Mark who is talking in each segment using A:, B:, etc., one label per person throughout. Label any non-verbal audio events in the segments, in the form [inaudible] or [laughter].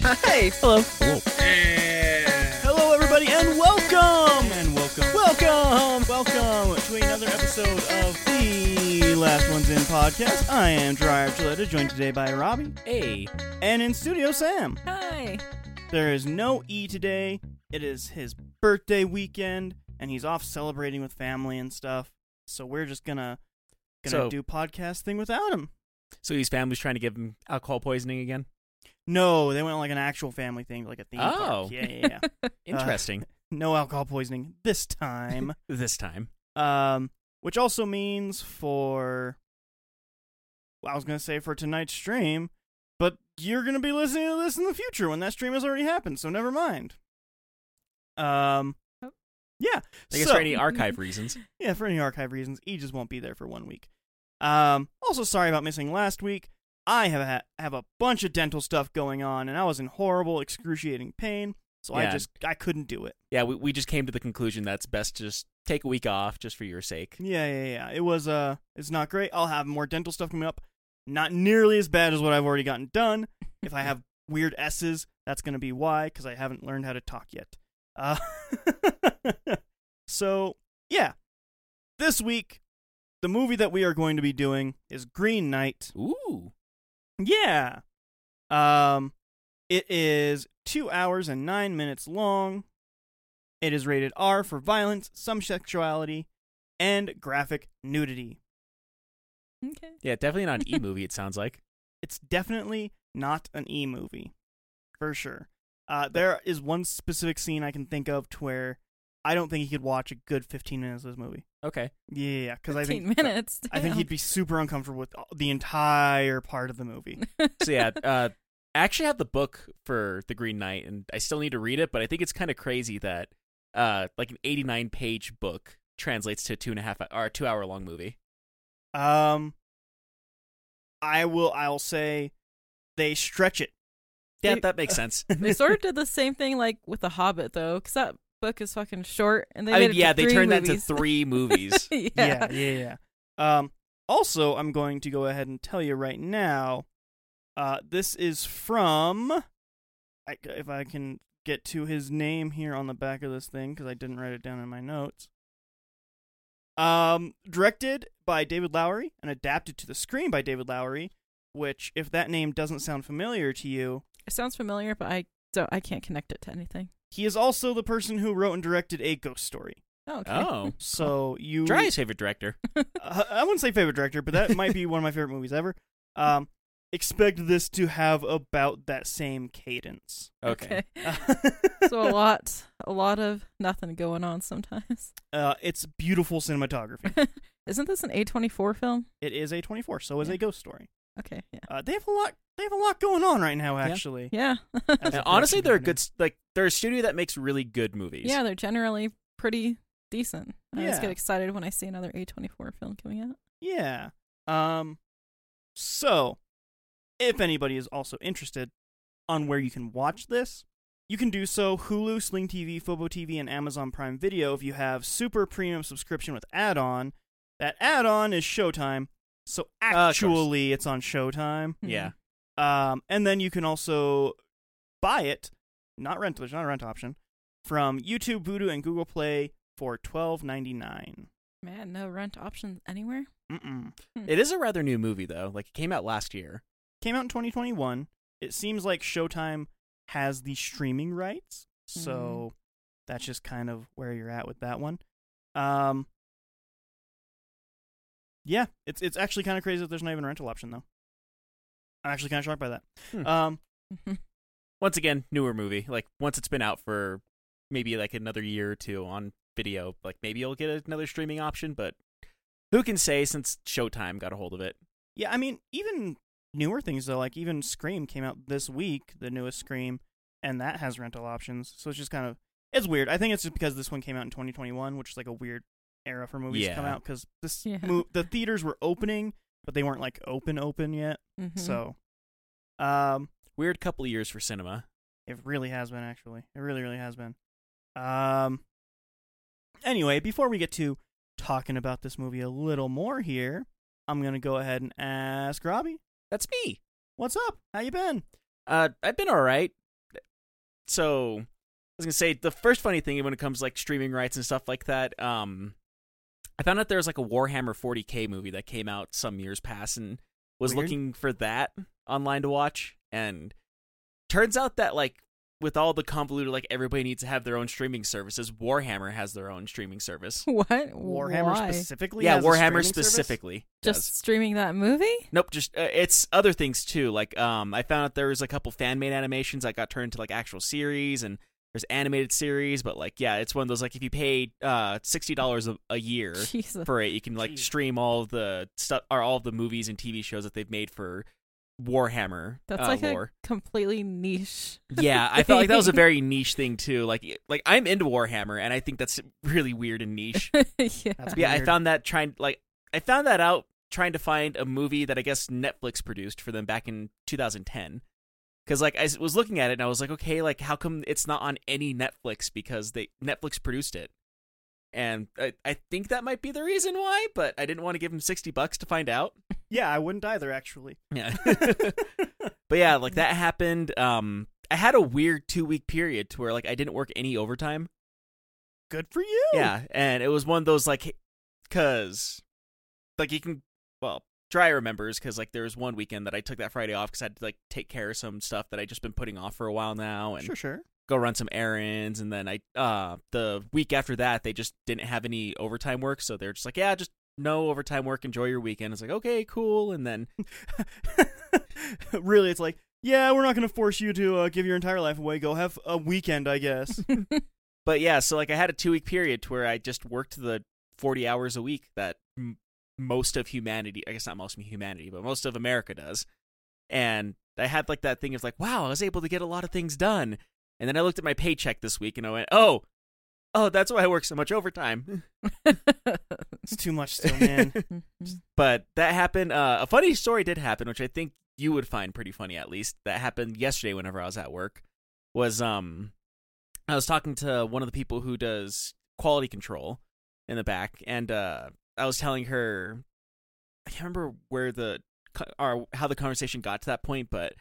A: Hi.
B: Hello.
A: Yeah.
B: Hello, everybody, and welcome!
A: And welcome.
B: Welcome! Welcome to another episode of the Last Ones In podcast. I am Dryer Gilletta, joined today by Robbie
A: Hey.
B: and in studio Sam.
C: Hi.
B: There is no E today. It is his birthday weekend, and he's off celebrating with family and stuff. So we're just gonna gonna
A: So-
B: do podcast thing without him.
A: So his family's trying to give him alcohol poisoning again.
B: No, they went on, like an actual family thing, like a theme
A: Oh.
B: park. Yeah, yeah,
A: [laughs]
B: yeah.
A: [laughs] Interesting.
B: no alcohol poisoning this time.
A: [laughs] this time.
B: um, which also means for well, I was gonna say for tonight's stream, but you're gonna be listening to this in the future when that stream has already happened, so never mind. Um,
C: Oh.
B: yeah,
A: I guess
B: so,
A: for any archive reasons.
B: yeah, for any archive reasons, E just won't be there for one week. Um, also sorry about missing last week. I have a, have a bunch of dental stuff going on, and I was in horrible, excruciating pain, so I
A: Yeah.
B: just I couldn't do it.
A: [laughs] Yeah, we, we just came to the conclusion that's best to just take a week off just for your sake.
B: Yeah, yeah, yeah. It was uh it's not great. I'll have more dental stuff coming up. Not nearly as bad as what I've already gotten done. If I have weird S's, that's gonna be why, because I haven't learned how to talk yet. Uh [laughs] so yeah. This week, the movie that we are going to be doing is Green Knight.
A: Ooh.
B: Yeah. Um it is 2 hours and 9 minutes long. It is rated R for violence, some sexuality, and graphic nudity.
C: Okay.
A: Yeah, definitely not an E movie, it sounds like.
B: It's definitely not an E movie. For sure. Uh there is one specific scene I can think of to where I don't think he could watch a good 15 minutes of this movie.
A: Okay.
B: Yeah, cuz I
C: 15
B: think
C: minutes.
B: I think
C: damn.
B: he'd be super uncomfortable with the entire part of the movie.
A: So [laughs] yeah, uh, I actually have the book for The Green Knight and I still need to read it, but I think it's kind of crazy that uh, like an 89 page book translates to a two and a half or a two hour long movie.
B: Um, I will. I'll say they stretch it.
A: Yeah, that makes [laughs] sense.
C: they sort of did the same thing like with The Hobbit though, because that book is fucking short, and they
A: I
C: made
A: mean,
C: it
A: yeah,
C: to
A: they
C: three
A: turned that into
C: movies.
A: three [laughs] movies.
C: [laughs] yeah.
B: yeah, yeah, yeah. Um, also, I'm going to go ahead and tell you right now. Uh, this is from. I, if I can get to his name here on the back of this thing because I didn't write it down in my notes. Um, directed by David Lowery and adapted to the screen by David Lowery. Which, if that name doesn't sound familiar to you,
C: It sounds familiar, but I so I can't connect it to anything.
B: he is also the person who wrote and directed A Ghost Story.
C: Oh, okay. [laughs]
A: Oh,
B: So you,
A: Dry's favorite director.
B: uh, [laughs] I wouldn't say favorite director, but that might be one of my favorite movies ever. Um, expect this to have about that same
A: [laughs]
B: cadence.
A: Okay.
C: so a lot, a lot of nothing going on sometimes. [laughs]
B: uh, it's beautiful cinematography.
A: [laughs]
C: Isn't this an A24 film?
B: It is a twenty four, so is
C: Yeah.
B: a ghost story.
C: Okay. Yeah.
B: Uh, they have a lot. They have a lot going on right now,
A: Yeah.
B: actually.
C: Yeah.
B: as a
A: And honestly,
B: production
A: they're a
B: company.
A: good s- like they're a studio that makes really good
C: [laughs]
A: movies.
C: yeah, they're generally pretty decent. I always
B: Yeah.
C: get excited when I see another A24 film coming out.
B: Yeah. Um. So, if anybody is also interested on where you can watch this, you can do so Hulu, Sling TV, Fobo TV, and Amazon Prime Video if you have super premium subscription with add-on. That add-on is Showtime. So
A: Ah, of course.
B: actually, it's on Showtime.
C: Hmm.
A: Yeah.
B: Um, and then you can also buy it, not rent. There's not a rent option from YouTube, Vudu, and Google Play for twelve ninety nine.
C: Man, no rent options
A: [laughs]
C: anywhere.
B: Mm-mm.
A: It is a rather new movie though. Like it came out last year.
B: came out in 2021. It seems like Showtime has the streaming rights, so that's just kind of where you're at with that one. Um, yeah, it's it's actually kind of crazy that there's not even a rental option though. I'm actually kind of shocked by that.
A: Hmm.
B: Um,
A: Once again, newer movie. Like once it's been out for maybe like another year or two on video, like maybe you'll get another streaming option, but who can say since Showtime got a hold of it?
B: yeah, I mean, even newer things though, like even Scream came out this week, the newest Scream, and that has rental options. So it's just kind of it's weird. I think it's just because this one came out in 2021, which is like a weird era for movies to come
A: Yeah.
B: out because this
C: Yeah.
B: mo- the theaters were opening, but they weren't like open open yet.
C: Mhm.
B: So, um,
A: Weird couple of years for cinema.
B: it really has been actually. It really really has been. Um. Anyway, before we get to talking about this movie a little more here, I'm gonna go ahead and ask Robbie,
A: That's me.
B: what's up? How you been?
A: Uh, I've been all right. so I was gonna say the first funny thing when it comes to, like streaming rights and stuff like that. Um, I found out there was like a Warhammer 40k movie that came out some years past, and was
B: Weird.
A: looking for that online to watch, and turns out that like with all the convoluted like everybody needs to have their own streaming services, Warhammer has their own streaming service.
C: [laughs] What?
B: Warhammer
C: Why?
B: specifically?
A: Yeah,
B: has a
A: Warhammer
B: streaming service?
A: specifically.
C: Just
A: does.
C: streaming that movie?
A: Nope, just uh, it's other things too. Like um I found out there was a couple fan made animations that got turned into like actual series and there's animated series, but like yeah, it's one of those like if you pay uh sixty dollars a a
C: [laughs]
A: year
C: Jesus.
A: for it, you can like
B: Jeez.
A: stream all of the stuff or all of the movies and TV shows that they've made for Warhammer.
C: That's
A: uh,
C: like
A: lore.
C: a completely niche.
A: yeah, I felt like that was
C: [laughs]
A: a
C: thing.
A: very niche thing too. Like like I'm into Warhammer and I think that's really weird and niche.
C: yeah. [laughs]
B: That's
A: Yeah, I
B: weird.
A: found that trying like I found that out trying to find a movie that I guess Netflix produced for them back in 2010. Cuz like I s- was looking at it and I was like, "Okay, like how come it's not on any Netflix because they Netflix produced it?" And I, I think that might be the reason why, but I didn't want to give them 60 bucks to find out.
B: Yeah, I wouldn't either. Actually,
A: Yeah. [laughs] but yeah, like that happened um I had a weird 2-week period to where like I didn't work any overtime.
B: good for you.
A: Yeah, and it was one of those like, cause, like you can well try remembers because like there was one weekend that I took that Friday off because I had to like take care of some stuff that I just been putting off for a while now and
B: sure, sure. [laughs]
A: go run some errands and then I uh the week after that they just didn't have any overtime work so they're just like yeah just no overtime work enjoy your weekend it's like okay cool and then
B: really, it's like, yeah, we're not going to force you to uh, give your entire life away. Go have a weekend, I
A: [laughs]
B: guess.
A: but yeah so like I had a two week period to where I just worked the forty hours a week that m- most of humanity i guess not most of humanity but most of america does and i had like that thing of like wow i was able to get a lot of things done and then i looked at my paycheck this week and i went oh oh that's why i work so much overtime
B: it's too much still,
A: [laughs]
B: man.
A: but that happened uh, a funny story did happen which i think you would find pretty funny at least that happened yesterday whenever i was at work was um i was talking to one of the people who does quality control in the back and uh i was telling her i can't remember where the co- or how the conversation got to that point but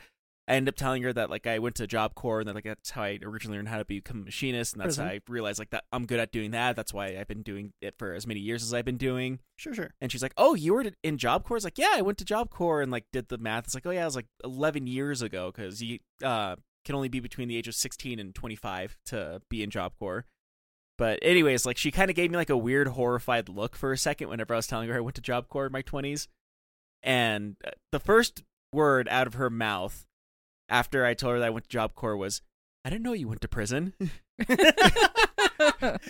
A: i ended up telling her that like i went to job corps and that like that's how i originally learned how to become a machinist and that's
B: Mm-hmm.
A: how i realized like that i'm good at doing that that's why i've been doing it for as many years as i've been doing
B: sure, sure.
A: and she's like, "Oh, you were in Job Corps?" I was like, "Yeah, I went to Job Corps and like did the math." It's like, "Oh yeah, it was like 11 years ago because you uh, can only be between the age of 16 and 25 to be in Job Corps." But anyways, like she kind of gave me like a weird horrified look for a second whenever I was telling her I went to Job Corps in my 20s, and uh, the first word out of her mouth after I told her that I went to Job Corps was, "I didn't know you went
B: [laughs]
A: to prison."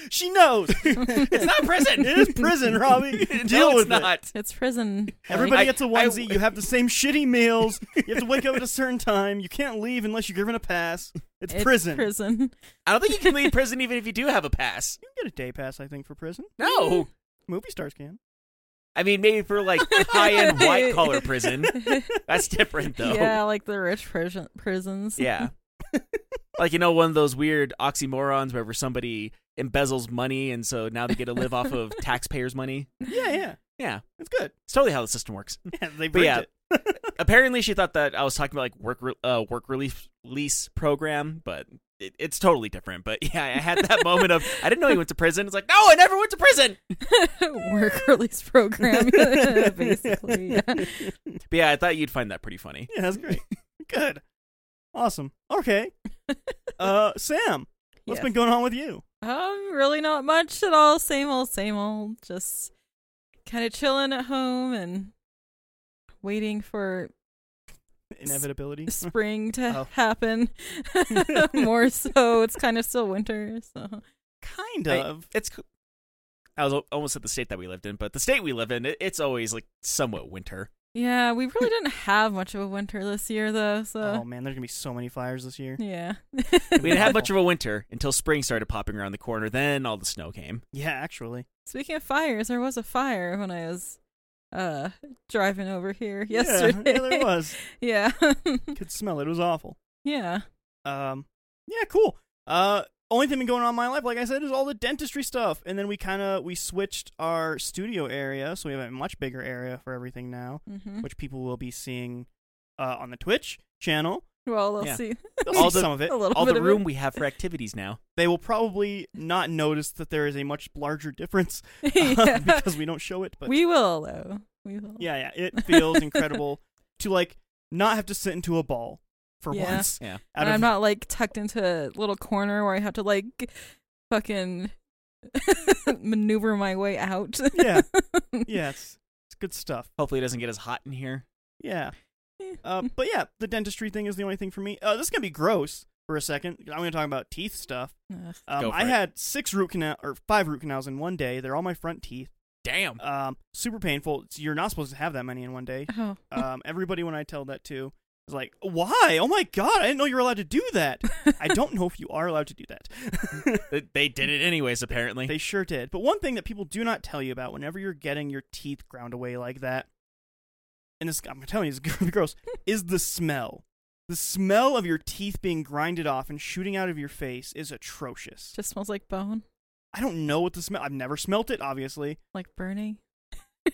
B: She
A: [laughs]
B: knows.
A: it's
B: [laughs]
A: not prison.
B: it is prison, Robbie. Deal
A: [laughs] no,
B: with
A: it's
B: it.
A: not.
C: [laughs] it's prison.
B: Everybody
A: I-
B: gets a
A: I-
B: onesie. you have the same shitty meals. You have to wake up
A: [laughs]
B: at a certain time. You can't leave unless you're given a pass. It's, prison.
C: Prison.
A: I don't think you can leave prison even if you do have a pass.
B: You can get a day pass, I think, for prison.
C: [laughs]
A: No.
B: Movie stars can.
A: I mean, maybe for like
B: [laughs]
A: high end white collar prison. That's different though.
C: Yeah, like the rich prison prisons.
A: Yeah. like, you know, one of those weird oxymorons where somebody embezzles money and so now they get to live off of taxpayers' money.
B: Yeah, yeah.
A: Yeah.
B: It's good.
A: It's totally how the system works. [laughs]
B: Yeah, [laughs] they
A: But
B: break
A: yeah.
B: it.
A: Apparently, she thought that I was talking about like work re- uh, work relief lease program, but it, it's totally different. But [laughs] yeah, I had that moment of I didn't know you went to prison. It's like, no, I never went to prison.
C: [laughs] Work release program, [laughs]
B: [laughs]
C: basically. Yeah.
A: But yeah, I thought you'd find that pretty funny.
B: Yeah,
C: [laughs]
B: that's great. Good. Awesome. Okay. Uh, Sam, what's
C: Yes.
B: been going on with you?
C: Um, really not much at all. Same old, same old. Just kind of chilling at home and waiting
B: [laughs]
C: for
B: Inevitability.
C: spring to
B: Oh.
C: happen. [laughs] More so, it's kind of still winter. So
B: [laughs] kind
A: I-
B: of.
A: it's co- I was al- almost at the state that we lived in, but the state we live in, it, it's always like somewhat winter.
C: yeah, we really didn't have much of a winter this year, though.
B: oh
C: So
B: man, there's gonna be so many fires this year.
C: uh yeah,
A: We didn't have much of a winter until spring started popping around the corner. Then all the
B: [laughs]
A: snow came.
B: Yeah, actually.
C: [laughs] Speaking of fires, there was a fire when I was uh driving over here
B: Yeah,
C: yesterday.
B: Yeah, there was.
C: [laughs] yeah.
B: Could smell it. It was awful.
C: yeah.
B: Um, yeah, cool. Uh, only thing been going on in my life, like I said, is all the dentistry stuff. And then we kind of we switched our studio area, so we have a much bigger area for everything now,
C: hmm [laughs]
B: which people will be seeing uh, on the Twitch channel.
C: Well, they'll
A: Yeah.
C: see
B: They'll
A: All
B: see
A: the-
B: some of it.
C: a little
A: All
C: bit
A: the
C: of
A: room we have for activities now.
B: They will probably not notice that there is a much
C: [laughs]
B: larger difference
C: It.
B: uh,
C: Yeah.
B: [laughs] because we don't show it. But
C: we will though. We will.
B: yeah, yeah, it feels
C: [laughs]
B: incredible to like not have to sit into a ball for
C: Yeah.
B: once.
A: Yeah.
B: out
C: And
B: of
C: I'm not like tucked into a little corner where I have to like fucking [laughs] maneuver my way out.
B: yeah, [laughs]
C: [laughs]
B: yeah, it's, it's good stuff.
A: Hopefully, it doesn't get as hot in here.
B: Yeah.
C: [laughs]
B: Uh, but yeah, the dentistry thing is the only thing for me. Uh, this is gonna be gross for a second. I'm gonna talk about teeth stuff.
C: Ugh.
B: Um,
A: Go for
B: I
A: it.
B: had six root canal or five root canals in one day. They're all my front teeth.
A: Damn.
B: Um, super painful. It's- You're not supposed to have that many in
C: [laughs]
B: one day.
C: Oh.
B: Um, everybody when I tell that to is like, "Why? Oh my god! I didn't know you were allowed to do that." I don't know if you are allowed to do that. [laughs]
A: They- They did it anyways, apparently.
B: They sure did. But one thing that people do not tell you about whenever you're getting your teeth ground away like that, and this I'm telling you, it's gonna be gross, is [laughs] the smell. The smell of your teeth being grinded off and shooting out of your face is atrocious.
C: Just smells like bone,
B: I don't know what the smell. I've never smelt
C: [laughs]
B: it, obviously.
C: like burning.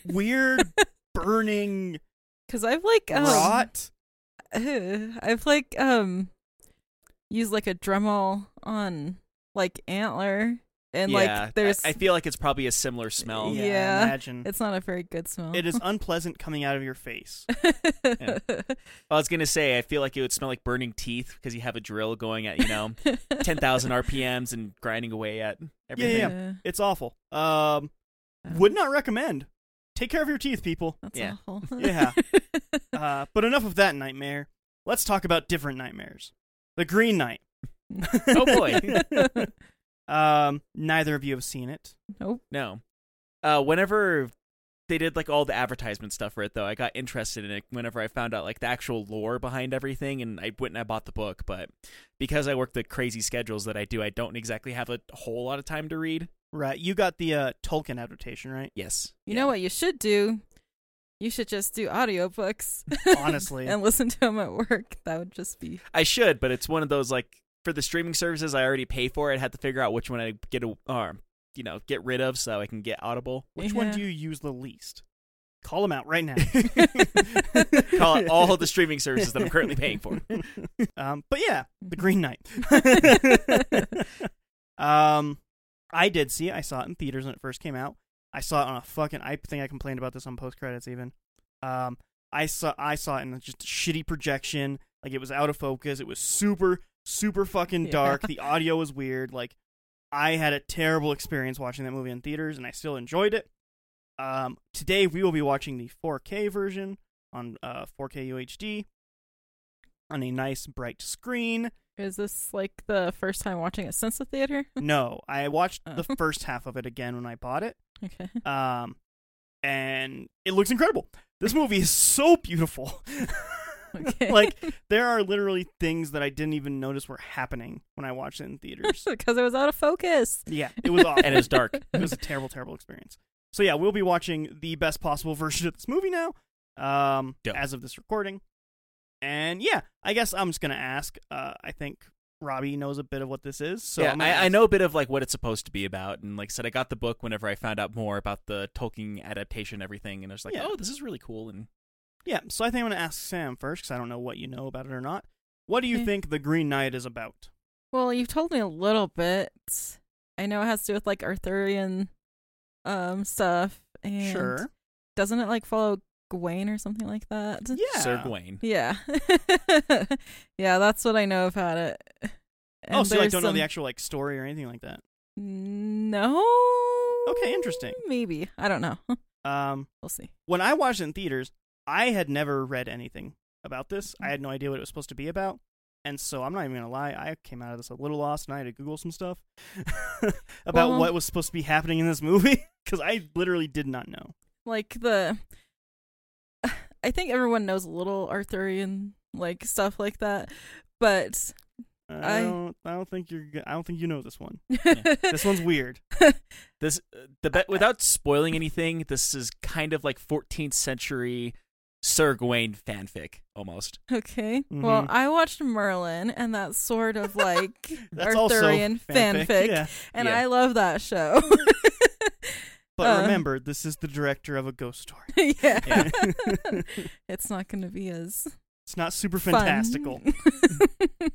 B: Weird, burning,
C: Cause I've like um,
B: rot.
C: Ugh. [laughs] I've like um used like a Dremel on like antler and
A: yeah,
C: like there's
A: I, I feel like it's probably a similar smell.
C: Oh, Yeah.
B: Imagine
C: it's not a very good smell. [laughs]
B: it is unpleasant coming out of your face.
A: I was gonna say, I feel like it would smell like burning teeth because you have a drill going at
B: [laughs]
A: you know
C: [laughs]
A: ten thousand RPMs and grinding away at everything.
B: yeah. It's awful. Um, would not recommend. Take care of your teeth, people.
C: That's
A: Yeah.
C: awful.
B: Yeah.
C: [laughs]
B: Uh, but enough of that nightmare. Let's talk about different nightmares. The Green Knight.
C: [laughs]
A: Oh, boy.
B: um, neither of you have seen it.
A: No. Uh, whenever they did like all the advertisement stuff for it, though, I got interested in it whenever I found out like the actual lore behind everything, and I went and I bought the book. But because I work the crazy schedules that I do, I don't exactly have a whole lot of time to read.
B: Right. You got the uh, Tolkien adaptation, right?
A: Yes.
C: You know what you should do? You should just do audiobooks [laughs]
B: Honestly.
C: and listen to them at work. That would just be
A: I should, but it's one of those like for the streaming services I already pay for. I had to figure out which one I get a, or you know get rid of so I can get Audible.
B: Which one
C: Yeah.
B: do you use the least? Call them
C: [laughs]
B: out right now.
A: [laughs] Call it all the streaming services that I'm currently paying for.
B: Um, but yeah, the Green Knight. [laughs] um, I did see it. I saw it in theaters when it first came out. I saw it on a fucking. I think I complained about this on post credits even. Um, I saw I saw it in just a shitty projection. Like it was out of focus. It was super super fucking
C: Yeah.
B: dark. The audio was weird. Like I had a terrible experience watching that movie in theaters, and I still enjoyed it. Um, today we will be watching the 4K version on uh, 4K UHD on a nice bright screen.
C: [laughs] Is this like the first time watching it since the theater?
B: No, I watched
A: Uh.
B: the
C: Oh.
B: first half of it again when I bought it.
C: Okay. [laughs]
B: Um, and it looks incredible. This movie is so beautiful. [laughs]
C: Okay.
B: like there are literally things that I didn't even notice were happening when I watched it in theaters.
C: because it was out of focus.
B: yeah, it
A: [laughs]
B: was awful.
A: And it
C: [laughs]
A: was dark.
B: it was a terrible, terrible experience. So yeah, we'll be watching the best possible version of this movie now, um,
A: Dope.
B: as of this recording. And yeah, I guess I'm just gonna ask. Uh, I think Robbie knows a bit of what this is, so
A: yeah,
B: I'm gonna
A: I, I
B: ask-
A: know a bit of like what it's supposed to be about, and like I said, I got the book whenever I found out more about the Tolkien adaptation, and everything, and I was like,
B: Yeah.
A: oh, this is really cool. And
B: Yeah, so I think I'm gonna ask Sam first because I don't know what you know about it or not. What do you
C: Okay.
B: think the Green Knight is about?
C: Well, you've told me a little bit. I know it has to do with like Arthurian um stuff. And
B: Sure.
C: Doesn't it like follow Gawain or something like that?
B: Yeah.
A: Sir Gawain,
C: Yeah. yeah, [laughs] that's what I know about it. And
B: oh, so you like,
C: there's
B: don't know the
C: some-
B: actual like story or anything like that.
C: No.
B: Okay, interesting.
C: Maybe. I don't know. [laughs]
B: Um,
C: We'll see.
B: when I watched it in theaters, I had never read anything about this. I had no idea what it was supposed to be about, and so I'm not even gonna lie. I came out of this a little lost, and I had to Google some stuff [laughs] about
C: Well-
B: what was supposed to be happening in this movie [laughs] because I literally did not know.
C: like the [sighs] I think everyone knows a little Arthurian like stuff like that, but
B: I,
C: I-
B: don't. I don't think you're. g- I don't think you know
C: [laughs]
B: this one. This one's weird.
A: this the be- without spoiling anything, this is kind of like 14th century Sir Gawain fanfic
B: [laughs]
A: almost.
C: okay. Well,
B: Mhm.
C: I watched Merlin and that's sort of like
B: [laughs] That's
C: Arthurian
B: also fanfic.
C: fanfic.
B: Yeah.
C: and
A: Yeah.
C: I love that show. [laughs]
B: But
C: Uh, [laughs]
B: remember, this is the director of a ghost story.
C: yeah. it's not going to be as
B: It's not super
C: Fun.
B: fantastical.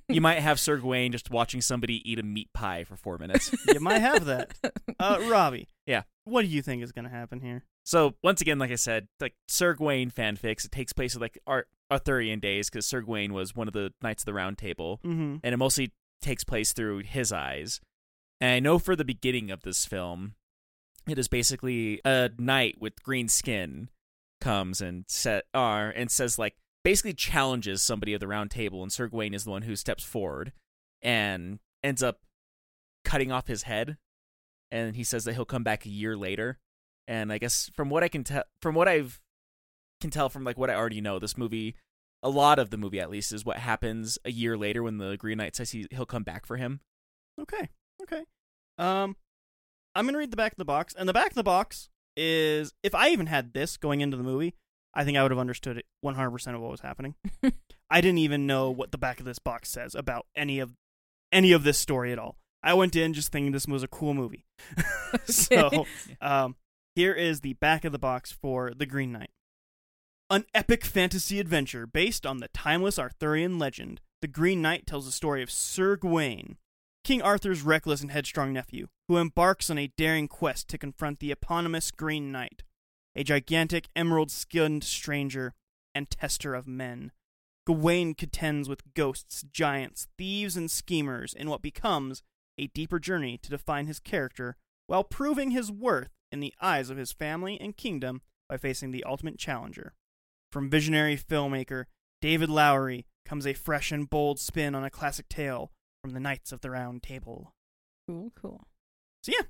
A: You might have Sir Gawain just watching somebody eat a meat pie for
B: [laughs]
A: four minutes.
B: you might have that.
C: [laughs]
B: Uh, Robbie.
A: Yeah.
B: What do you think is going to happen here?
A: So once again, like I said, like Sir Gawain fanfics, it takes place in like Ar- Arthurian days because Sir Gawain was one of the knights of the Round Table,
B: Mm-hmm.
A: and it mostly takes place through his eyes. And I know for the beginning of this film, it is basically a knight with green skin comes and set are and says like basically challenges somebody of the Round Table, and Sir Gawain is the one who steps forward and ends up cutting off his head, and he says that he'll come back a year later and I guess from what I can tell, from what I've can tell from like what I already know, this movie, a lot of the movie at least, is what happens a year later when the Green Knight says he, he'll come back for him.
B: Okay. Okay. Um, I'm gonna read the back of the box, and the back of the box is if I even had this going into the movie, I think I would have understood it 100 percent of what was happening. I didn't even know what the back of this box says about any of any of this story at all. I went in just thinking this was a cool movie. [laughs] so, um, here is the back of the box for The Green Knight. An epic fantasy adventure based on the timeless Arthurian legend, The Green Knight tells the story of Sir Gawain, King Arthur's reckless and headstrong nephew, who embarks on a daring quest to confront the eponymous Green Knight, a gigantic emerald skinned stranger and tester of men. Gawain contends with ghosts, giants, thieves, and schemers in what becomes a deeper journey to define his character while proving his worth in the eyes of his family and kingdom by facing the ultimate challenger. From visionary filmmaker David Lowery comes a fresh and bold spin on a classic tale from the Knights of the Round Table.
C: [laughs] cool, cool. [laughs]
B: So, yeah,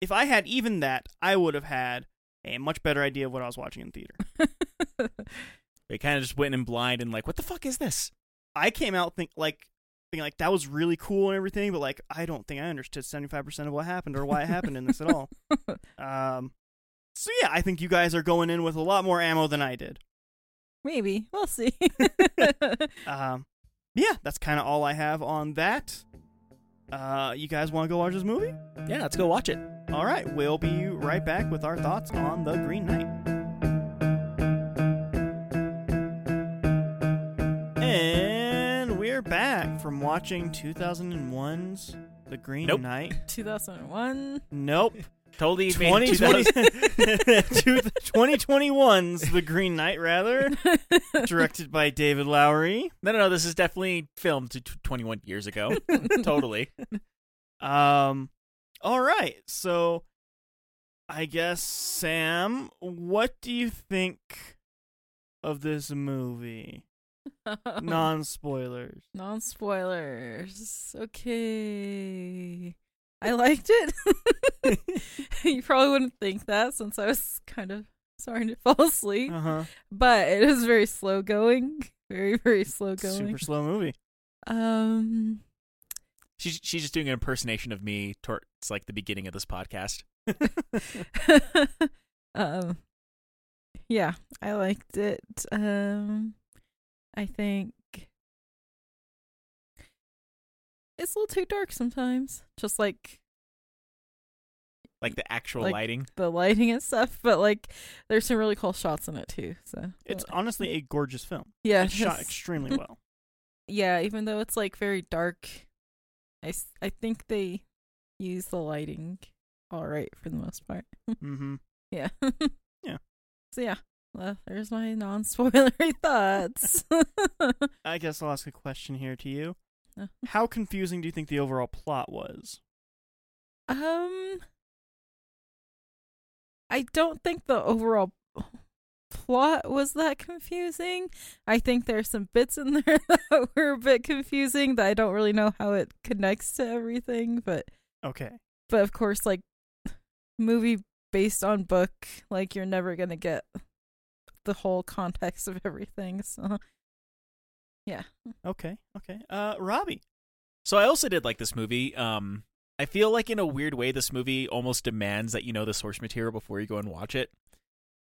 B: if I had even that, I would have had a much better idea of what I was watching in theater.
A: They kind of just went in blind and like, what the fuck is this?
B: I came out think like thinking like that was really cool and everything, but like I don't think I understood seventy five percent of what happened or why it happened in this at all. Um, so yeah, I think you guys are going in with a lot more ammo than I did.
C: Maybe we'll see. [laughs]
B: Um, yeah, that's kind of all I have on that. Uh, you guys want to go watch this movie?
A: Yeah, let's go watch it.
B: All right, we'll be right back with our thoughts on The Green Knight. And we're back from watching 2001's The Green
A: Nope.
B: Knight.
C: 2001.
B: Nope.
A: Totally made
B: 2020
A: 2020.
B: 2021's The Green Knight, rather. [laughs]
C: [laughs]
B: Directed by David Lowery.
A: [laughs] No, no, no. This is definitely filmed t- 21
C: [laughs]
A: years ago. totally.
B: Um, all right. So, I guess Sam, what do you think of this movie? Non spoilers.
C: Non spoilers. Okay. I liked it. [laughs] you probably wouldn't think that since I was kind of starting to fall asleep,
B: Uh huh.
C: but it is very slow going. [laughs] Very, very slow going.
B: Super slow
A: [laughs]
B: movie.
C: Um, [laughs]
A: She's she's just doing an impersonation of me towards like the beginning of this podcast.
C: um yeah i liked it um i think it's a little too dark sometimes just like
A: Like the actual
C: Like-
A: lighting.
C: the lighting and stuff but like there's some really cool shots in it too so
B: It's honestly a gorgeous
A: [laughs]
B: film.
C: yeah
B: It's shot
C: it's-
B: extremely well.
C: yeah even though it's like very dark i s- i think they use the lighting all right for the most part
B: Mm-hmm.
C: Yeah. [laughs]
B: Yeah.
C: So yeah. Well, there's my non spoilery [laughs] thoughts.
B: I guess I'll ask a question here to you.
C: Uh.
B: How confusing do you think the overall plot was?
C: um I don't think the overall plot was that confusing. I think there's some bits in [laughs] there that were a bit confusing that I don't really know how it connects to everything, but
B: Okay.
C: but of course like [sighs] movie based on book, like you're never going to get the whole context of everything. So yeah.
B: Okay. Okay. Uh, Robbie.
A: So I also did like this movie. Um, I feel like in a weird way, this movie almost demands that you know the source material before you go and watch it.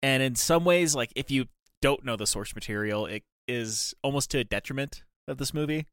A: And in some ways, like if you don't know the source material, it is almost to a detriment of this movie.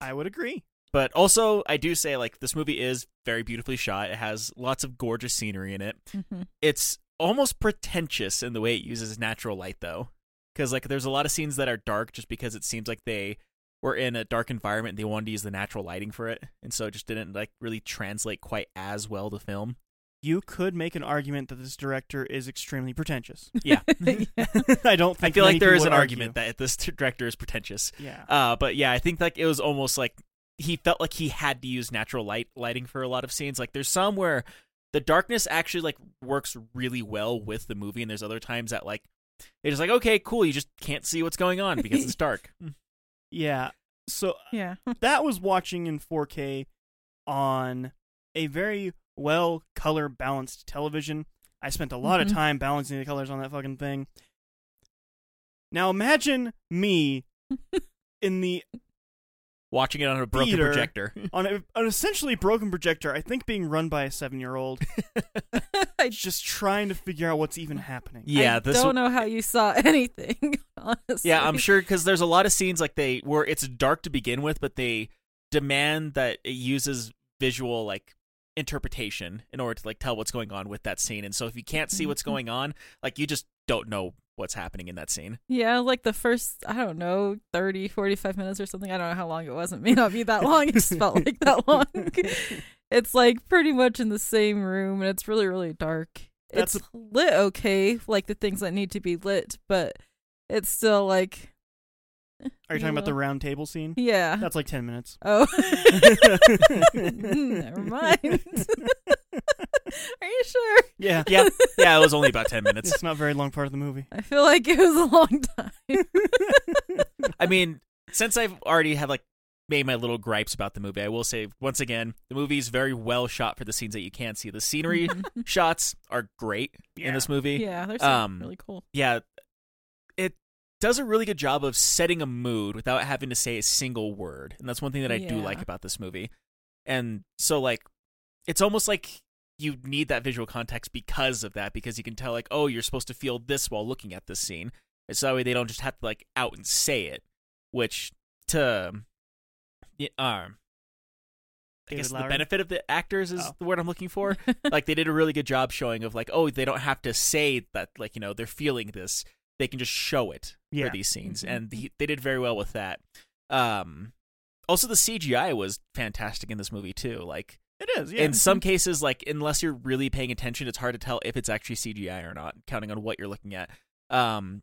B: I would agree.
A: But also, I do say like this movie is very beautifully shot. It has lots of gorgeous scenery in it.
C: [laughs] Mhm.
A: It's almost pretentious in the way it uses natural light, though. because like there's a lot of scenes that are dark just because it seems like they were in a dark environment and they wanted to use the natural lighting for it, and so it just didn't like really translate quite as well to film.
B: You could make an argument that this director is extremely
A: [laughs]
B: pretentious. [laughs]
A: Yeah,
C: Yeah.
B: I don't
A: I
B: think
A: feel
B: many
A: like there
B: people
A: is
B: would
A: an
B: argue.
A: argument that this director is pretentious.
B: Yeah.
A: Uh, but yeah, I think like it was almost like he felt like he had to use natural light lighting for a lot of scenes. Like there's some where the darkness actually like works really well with the movie, and there's other times that like they're just like, okay, cool, you just can't see what's going on because it's dark.
B: Yeah. So
C: yeah. [laughs]
B: that was watching in 4K on a very well color balanced television. I spent a lot
C: Mhm.
B: of time balancing the colors on that fucking thing. Now imagine
C: [laughs]
B: me in the
A: Watching it on a broken
B: Theater.
A: projector.
B: on a, an essentially broken projector. I think being run by a seven
C: [laughs]
B: year old,
C: I
B: just trying to figure out what's even happening.
A: Yeah,
C: I
A: this
C: don't know how you saw [laughs] anything. Honestly. [laughs]
A: Yeah, I'm sure because there's a lot of scenes like they where it's dark to begin with, but they demand that it uses visual like interpretation in order to like tell what's going on with that scene. And so if you can't see what's going on, like you just don't know what's happening in that scene.
C: Yeah, like the first, I don't know, 30, 45 minutes or something. I don't know how long it was. It may not be [laughs] that long. It just felt like
B: [laughs]
C: that
A: [laughs]
C: long. [laughs] it's like pretty much in the same room and it's really, really dark.
B: That's
C: it's lit okay, like the things that need to be lit, but it's still like,
B: Are you talking about the round table scene?
C: yeah.
B: That's like 10 minutes.
A: [laughs]
C: Oh. [laughs] Never mind. [laughs] Are you sure?
B: yeah.
C: [laughs]
A: Yeah, yeah, it was only about ten minutes.
B: [laughs] It's not a very long part of the movie.
C: I feel like it was a long
A: [laughs]
C: time.
A: I mean, since I've already had like made my little gripes about the movie, I will say once again, the movie is very well shot for the scenes that you can see.
C: [laughs]
A: The scenery shots are great in this movie.
C: yeah, there's
A: Um,
C: um, really cool.
A: yeah, it does a really good job of setting a mood without having to say a single word. And that's one thing that I do
C: Yeah.
A: like about this movie. And so, like, it's almost like you need that visual context because of that, because you can tell, like, oh, you're supposed to feel this while looking at this scene. And so that way they don't just have to, like, out and say it, which to. yeah, Um, I
B: David
A: guess the
B: Lowery?
A: benefit of the actors is
B: Oh.
A: the word I'm looking for like they did a really good job showing of like oh they don't have to say that like you know they're feeling this they can just show it
B: Yeah.
A: for these scenes
C: Mhm.
A: and he, they did very well with that um also the cgi was fantastic in this movie too like
B: It is, yeah.
A: in some cases like unless you're really paying attention it's hard to tell if it's actually cgi or not counting on what you're looking at um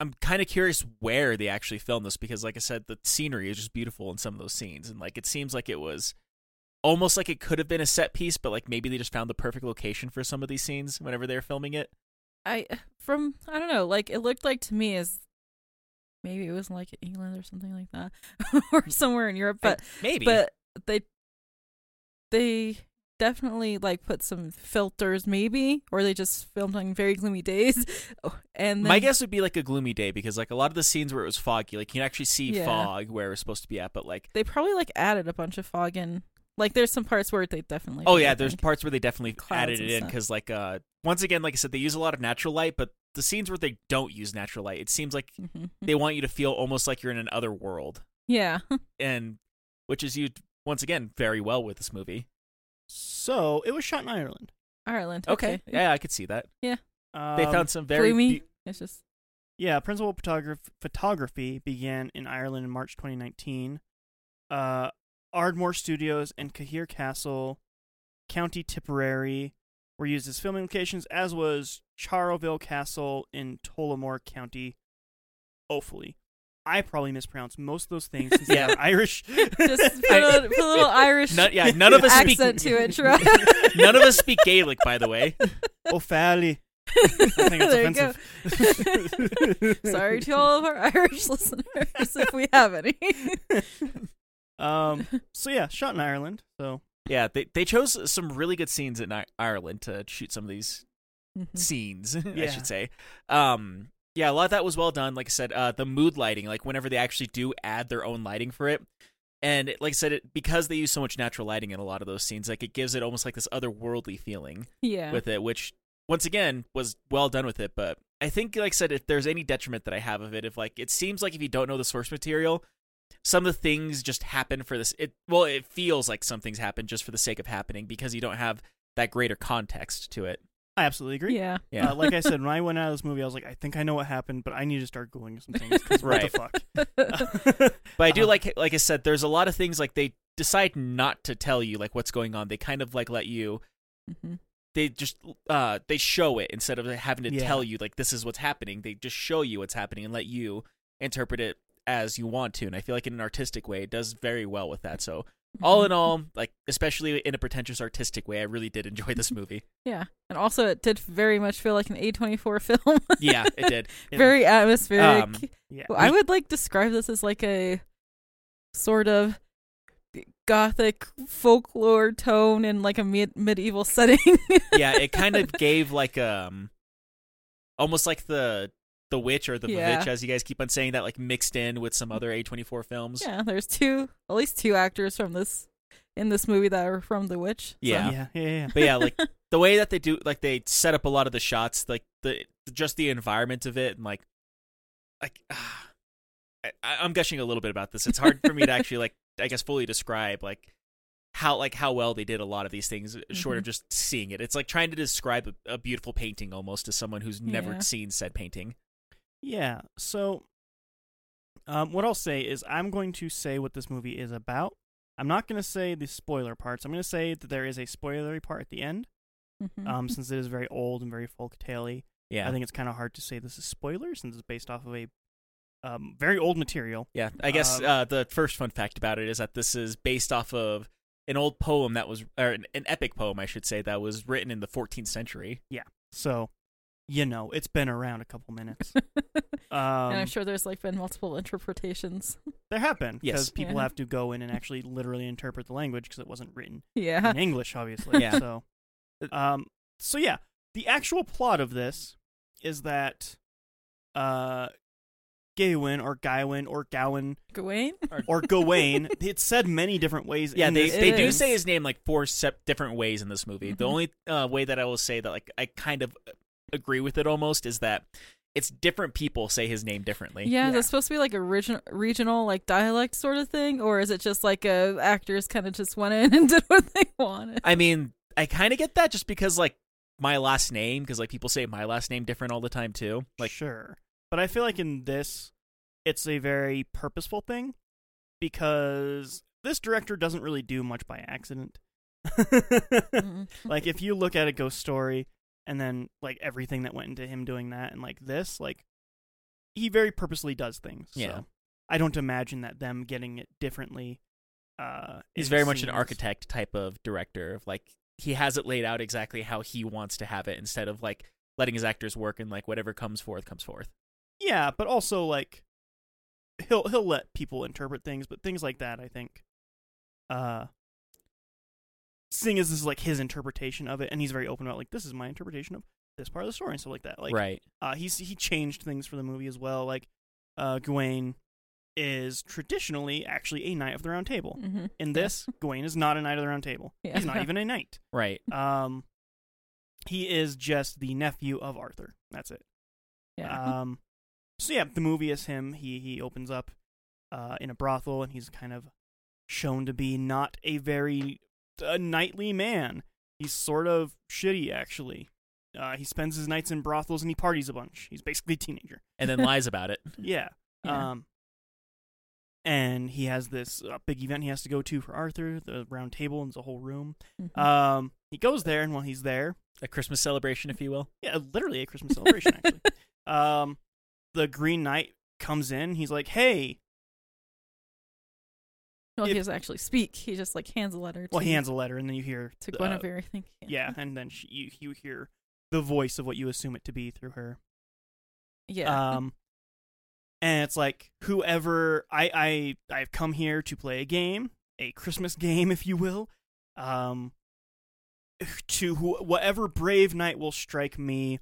A: i'm kind of curious where they actually filmed this because like i said the scenery is just beautiful in some of those scenes and like it seems like it was almost like it could have been a set piece but like maybe they just found the perfect location for some of these scenes whenever they were filming it
C: I from I don't know, like it looked like to me as maybe it was like England or something like that, [laughs] or somewhere in Europe. But
A: maybe
C: but they they definitely like put some filters, maybe, or they just filmed on very gloomy days. Oh, And then,
A: my guess would be like a gloomy day because like a lot of the scenes where it was foggy like you can actually see
C: Yeah.
A: fog where it was supposed to be at but like
C: they probably like added a bunch of fog in. Like there's some parts where they definitely.
A: Oh
C: did,
A: yeah,
C: I
A: there's
C: think.
A: parts where they definitely
C: Clouds
A: added
C: and
A: it in
C: stuff.
A: because like uh once again, like I said, they use a lot of natural light, but the scenes where they don't use natural light, it seems like
C: Mhm.
A: they want you to feel almost like you're in another world,
C: yeah. [laughs]
A: and which is used once again very well with this movie.
B: so it was shot in Ireland.
C: Ireland. Okay.
A: yeah, I could see that.
B: Um,
A: They found some very
C: gloomy.
A: be-
C: it's just
B: Yeah, principal photograph- photography began in Ireland in March 2019. Uh, Ardmore Studios and Cahir Castle, County Tipperary, were used as filming locations, as was Charleville Castle in Tullamore County, Offaly. I probably mispronounced most of those things since
A: Yeah.
B: they're Irish.
C: just put a, put a
A: [laughs]
C: little Irish
A: none, yeah, none
C: [laughs]
A: of us speak
C: accent to it. Troy.
A: [laughs] none of us speak
C: [laughs]
A: Gaelic, by the way.
B: Offaly. I think that's
C: there you go.
B: offensive.
C: [laughs]
B: [laughs]
C: Sorry to all of our Irish listeners if we have any.
B: Um, so yeah, shot in Ireland. So
A: Yeah, they they chose some really good scenes in I- Ireland to shoot some of these scenes, [laughs] I
B: Yeah.
A: should say. Um, yeah, a lot of that was well done. Like I said, uh, the mood lighting, like whenever they actually do add their own lighting for it, and it, like I said, it, because they use so much natural lighting in a lot of those scenes, like it gives it almost like this otherworldly feeling
C: [laughs] yeah.
A: with it, which once again was well done with it. But I think, like I said, if there's any detriment that I have of it, if like it seems like if you don't know the source material. Some of the things just happen for this. It well, it feels like some things happen just for the sake of happening because you don't have that greater context to it.
B: I absolutely agree.
C: Yeah.
A: Yeah.
B: Uh, like I said, when I went out of this movie, I was like, I think I know what happened, but I need to start googling some things. 'cause
A: Right.
B: What the fuck?
C: [laughs]
B: [laughs]
A: But I do
B: Uh-huh.
A: like like I said, there's a lot of things like they decide not to tell you like what's going on. They kind of like let you
C: Mhm.
A: they just uh they show it instead of having to
B: Yeah.
A: tell you like this is what's happening. They just show you what's happening and let you interpret it as you want to. And I feel like in an artistic way it does very well with that. So
C: Mm-hmm.
B: Mm-hmm.
A: all in all, like especially in a pretentious artistic way, I really did enjoy
B: [laughs]
A: this movie.
C: Yeah. And also, it did very much feel like an A24 film.
A: [laughs] yeah, it did.
C: [laughs]
B: Yeah.
C: very atmospheric.
A: Um,
B: yeah.
C: Well, I would like describe this as like a sort of gothic folklore tone in like a mid- medieval setting. [laughs]
A: Yeah, it kind of gave like um almost like the the witch or the
C: Yeah.
A: witch as you guys keep on saying that like mixed in with some other A24 films.
C: yeah, there's two, at least two actors from this in this movie that are from The Witch. so-
A: Yeah.
B: Yeah. Yeah. yeah.
A: But
C: [laughs]
A: yeah, like the way that they do, like they set up a lot of the shots, like the just the environment of it, and like, like [sighs] ah, I, I'm gushing a little bit about this. It's hard for me to
C: [laughs]
A: actually like, I guess, fully describe like how like how well they did a lot of these things, short of
C: Mhm.
A: just seeing it. It's like trying to describe a, a beautiful painting almost to someone who's never
C: Yeah.
A: seen said painting.
B: Yeah. So, um, what I'll say is I'm going to say what this movie is about. I'm not going to say the spoiler parts. I'm going to say that there is a spoilery part at the end,
C: Mhm.
B: um, since it is very old and very folk tale
A: Yeah,
B: I think it's kind of hard to say this is spoiler since it's based off of a um, very old material.
A: yeah. I guess
B: Um,
A: uh, the first fun fact about it is that this is based off of an old poem that was, or an, an epic poem, I should say, that was written in the 14th century.
B: So, you know, it's been around a couple minutes.
C: [laughs]
B: Um,
C: and I'm sure there's like been multiple interpretations. [laughs]
B: There have been
A: Yes.
B: because people
C: Yeah.
B: have to go in and actually literally interpret the language because it wasn't
A: [laughs]
B: written
C: Yeah.
B: in English, obviously.
A: Uh-huh. Yeah.
B: So, um, so yeah, the actual plot of this is that uh, Gawain or Gawain or Gowan
C: Gawain?
A: [laughs]
B: or Gawain. it's said many different ways.
A: Yeah,
B: in
A: they,
B: this
A: they
C: It
A: do
C: is.
A: say his name like four sep- different ways in this movie.
B: Mm-hmm.
A: The
C: Mhm.
A: only uh, way that I will say that like I kind of uh, agree with it almost is that it's different people say his name differently.
C: Yeah, is
B: Yeah.
C: it supposed to be like a region- regional like dialect sort of thing, or is it just like uh actors kind of just went in [laughs] and did what they
B: [laughs]
C: wanted?
A: I mean, I kind of get that just because like my last name because like people say my last name different all the time too. Like
B: sure but i feel like in this it's a very purposeful thing because this director doesn't really do much by accident
A: [laughs]
C: Mhm.
B: like if you look at a ghost story and then like everything that went into him doing that and like this like he very purposely does things
A: Yeah.
B: so i don't imagine that them getting it differently uh
A: he's
B: is
A: very much an
B: seen as-
A: architect type of director of like he has it laid out exactly how he wants to have it instead of like letting his actors work and like whatever comes forth comes forth.
B: yeah but also like he'll he'll let people interpret things but things like that i think uh seeing as this is like his interpretation of it and he's very open about like this is my interpretation of this part of the story and stuff like that like
A: right.
B: uh he's he changed things for the movie as well like uh gawain is traditionally actually a knight of the
C: [laughs]
B: round table
C: Mhm.
B: in this gawain is not a knight of the round table
C: Yeah.
B: he's not even a knight
A: Right.
B: um he is just the nephew of arthur that's it
C: Yeah. [laughs]
B: um, so yeah, the movie is him. He he opens up uh, in a brothel, and he's kind of shown to be not a very uh, knightly man. He's sort of shitty, actually. Uh, he spends his nights in brothels and he parties a bunch. He's basically a
C: [laughs]
B: teenager.
A: And then lies about it. [laughs]
B: Yeah.
C: Yeah.
B: Um, and he has this uh, big event he has to go to for Arthur, the round table, and the whole room.
C: Mhm.
B: Um, he goes there, and while he's there,
A: A Christmas celebration if you will.
B: yeah, literally a Christmas celebration, actually. um, the Green Knight comes in. He's like, "Hey,"
C: well, he
B: if-
C: doesn't actually speak. He just like hands a letter.
B: well,
C: to,
B: he hands a letter, and then you hear
C: to
B: uh, [laughs]
C: Guinevere. I think.
B: yeah, and then she, you you hear the voice of what you assume it to be through her.
C: Yeah.
B: Um, and it's like whoever I I I've come here to play a game, a Christmas game, if you will. Um, to wh- whatever brave knight will strike me,